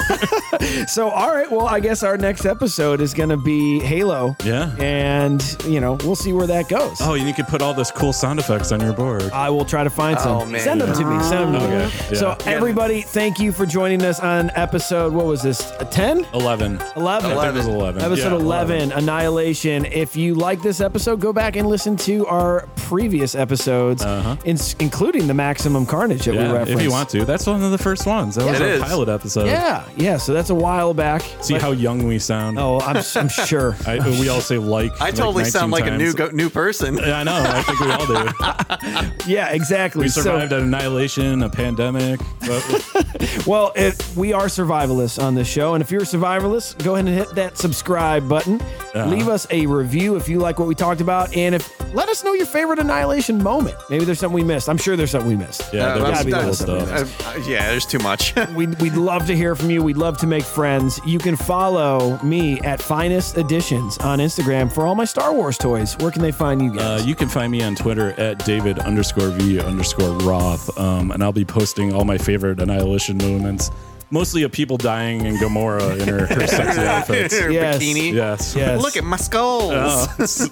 Speaker 2: so, all right. Well, I guess our next episode is going to be Halo.
Speaker 3: Yeah.
Speaker 2: and you know we'll see where that goes.
Speaker 3: oh, and you could put all this cool sound effects on your board.
Speaker 2: I will try to find some.
Speaker 4: Oh, man.
Speaker 2: Send them to me. Send them to me.
Speaker 3: Okay, yeah.
Speaker 2: So, everybody, thank you for joining us on episode, what was this, 10?
Speaker 3: Eleven.
Speaker 2: 11?
Speaker 3: I think it was eleven.
Speaker 2: Episode
Speaker 3: Yeah,
Speaker 2: 11, Annihilation. If you like this episode, go back and listen to our previous episodes, in- including the Maximum Carnage that we
Speaker 3: Uh-huh. Yeah,
Speaker 2: referenced.
Speaker 3: if you want to, that's one of the first ones. That was
Speaker 4: It
Speaker 3: our
Speaker 4: is.
Speaker 3: pilot episode.
Speaker 2: Yeah, yeah. So that's a while back.
Speaker 3: See how young we sound.
Speaker 2: Oh, I'm, I'm sure.
Speaker 3: I, we all say like.
Speaker 4: I totally sound like a new go- new person.
Speaker 3: I know. I think we all do.
Speaker 2: Yeah, exactly.
Speaker 3: We
Speaker 2: So-
Speaker 3: survived an annihilation, a pandemic. But
Speaker 2: Well, if we are survivalists on this show, and if you're a survivalist, go ahead and hit that subscribe button.
Speaker 3: Uh-huh.
Speaker 2: Leave us a review if you like what we talked about, and if let us know your favorite annihilation moment. Maybe there's something we missed. I'm sure there's something we missed.
Speaker 3: yeah, there was
Speaker 4: Uh,
Speaker 2: gotta be
Speaker 3: cool
Speaker 2: little
Speaker 3: stuff.
Speaker 4: Uh, uh, yeah, there's too much.
Speaker 2: We'd, we'd love to hear from you. We'd love to make friends. You can follow me at Finest Editions on Instagram for all my Star Wars toys. Where can they find you
Speaker 3: Uh,
Speaker 2: guys?
Speaker 3: you can find me on Twitter at David underscore V underscore Roth. Um, and I'll be posting all my favorite Annihilation moments, mostly of people dying in Gamora in her, her sexy outfits.
Speaker 4: Or
Speaker 2: Yes.
Speaker 4: Bikini.
Speaker 3: Yes. Oh.
Speaker 2: Yes.
Speaker 4: Look at my skulls.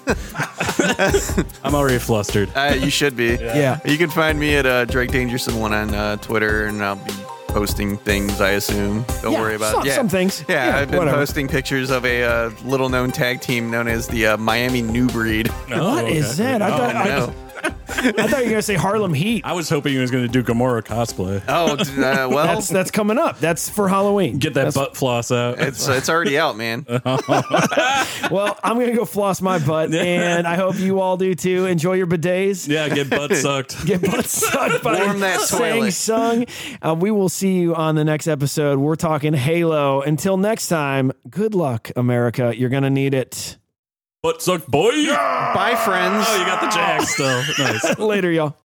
Speaker 3: I'm already flustered.
Speaker 4: Uh, you should be.
Speaker 2: yeah.
Speaker 4: You can find me at uh, Drake Dangerson one on uh, Twitter, and I'll be posting things. I assume. Don't
Speaker 2: Yeah,
Speaker 4: worry about
Speaker 2: some-
Speaker 4: it.
Speaker 2: some things.
Speaker 4: Yeah,
Speaker 2: Yeah,
Speaker 4: I've been
Speaker 2: whatever.
Speaker 4: posting pictures of a uh, little known tag team known as the uh, Miami New Breed.
Speaker 2: What is that? I
Speaker 3: Oh,
Speaker 2: thought I,
Speaker 4: no.
Speaker 2: I thought you were gonna say Harlem Heat.
Speaker 3: I was hoping he was going to do Gamora cosplay.
Speaker 4: Oh, d- uh, well,
Speaker 2: That's that's coming up. That's for Halloween.
Speaker 3: Get that butt floss out.
Speaker 4: it's it's already out, man.
Speaker 2: Well, I'm gonna go floss my butt, and I hope you all do too. Enjoy your bidets.
Speaker 3: yeah, get butt sucked.
Speaker 2: Get butt sucked by
Speaker 4: Warm that
Speaker 2: Sang
Speaker 4: toilet.
Speaker 2: Sung. Uh, we will see you on the next episode. We're talking Halo. Until next time, good luck, America. You're gonna need it.
Speaker 3: Butt suck boy.
Speaker 4: Bye, friends.
Speaker 3: Oh, you got the jack still. Nice.
Speaker 2: Later, y'all.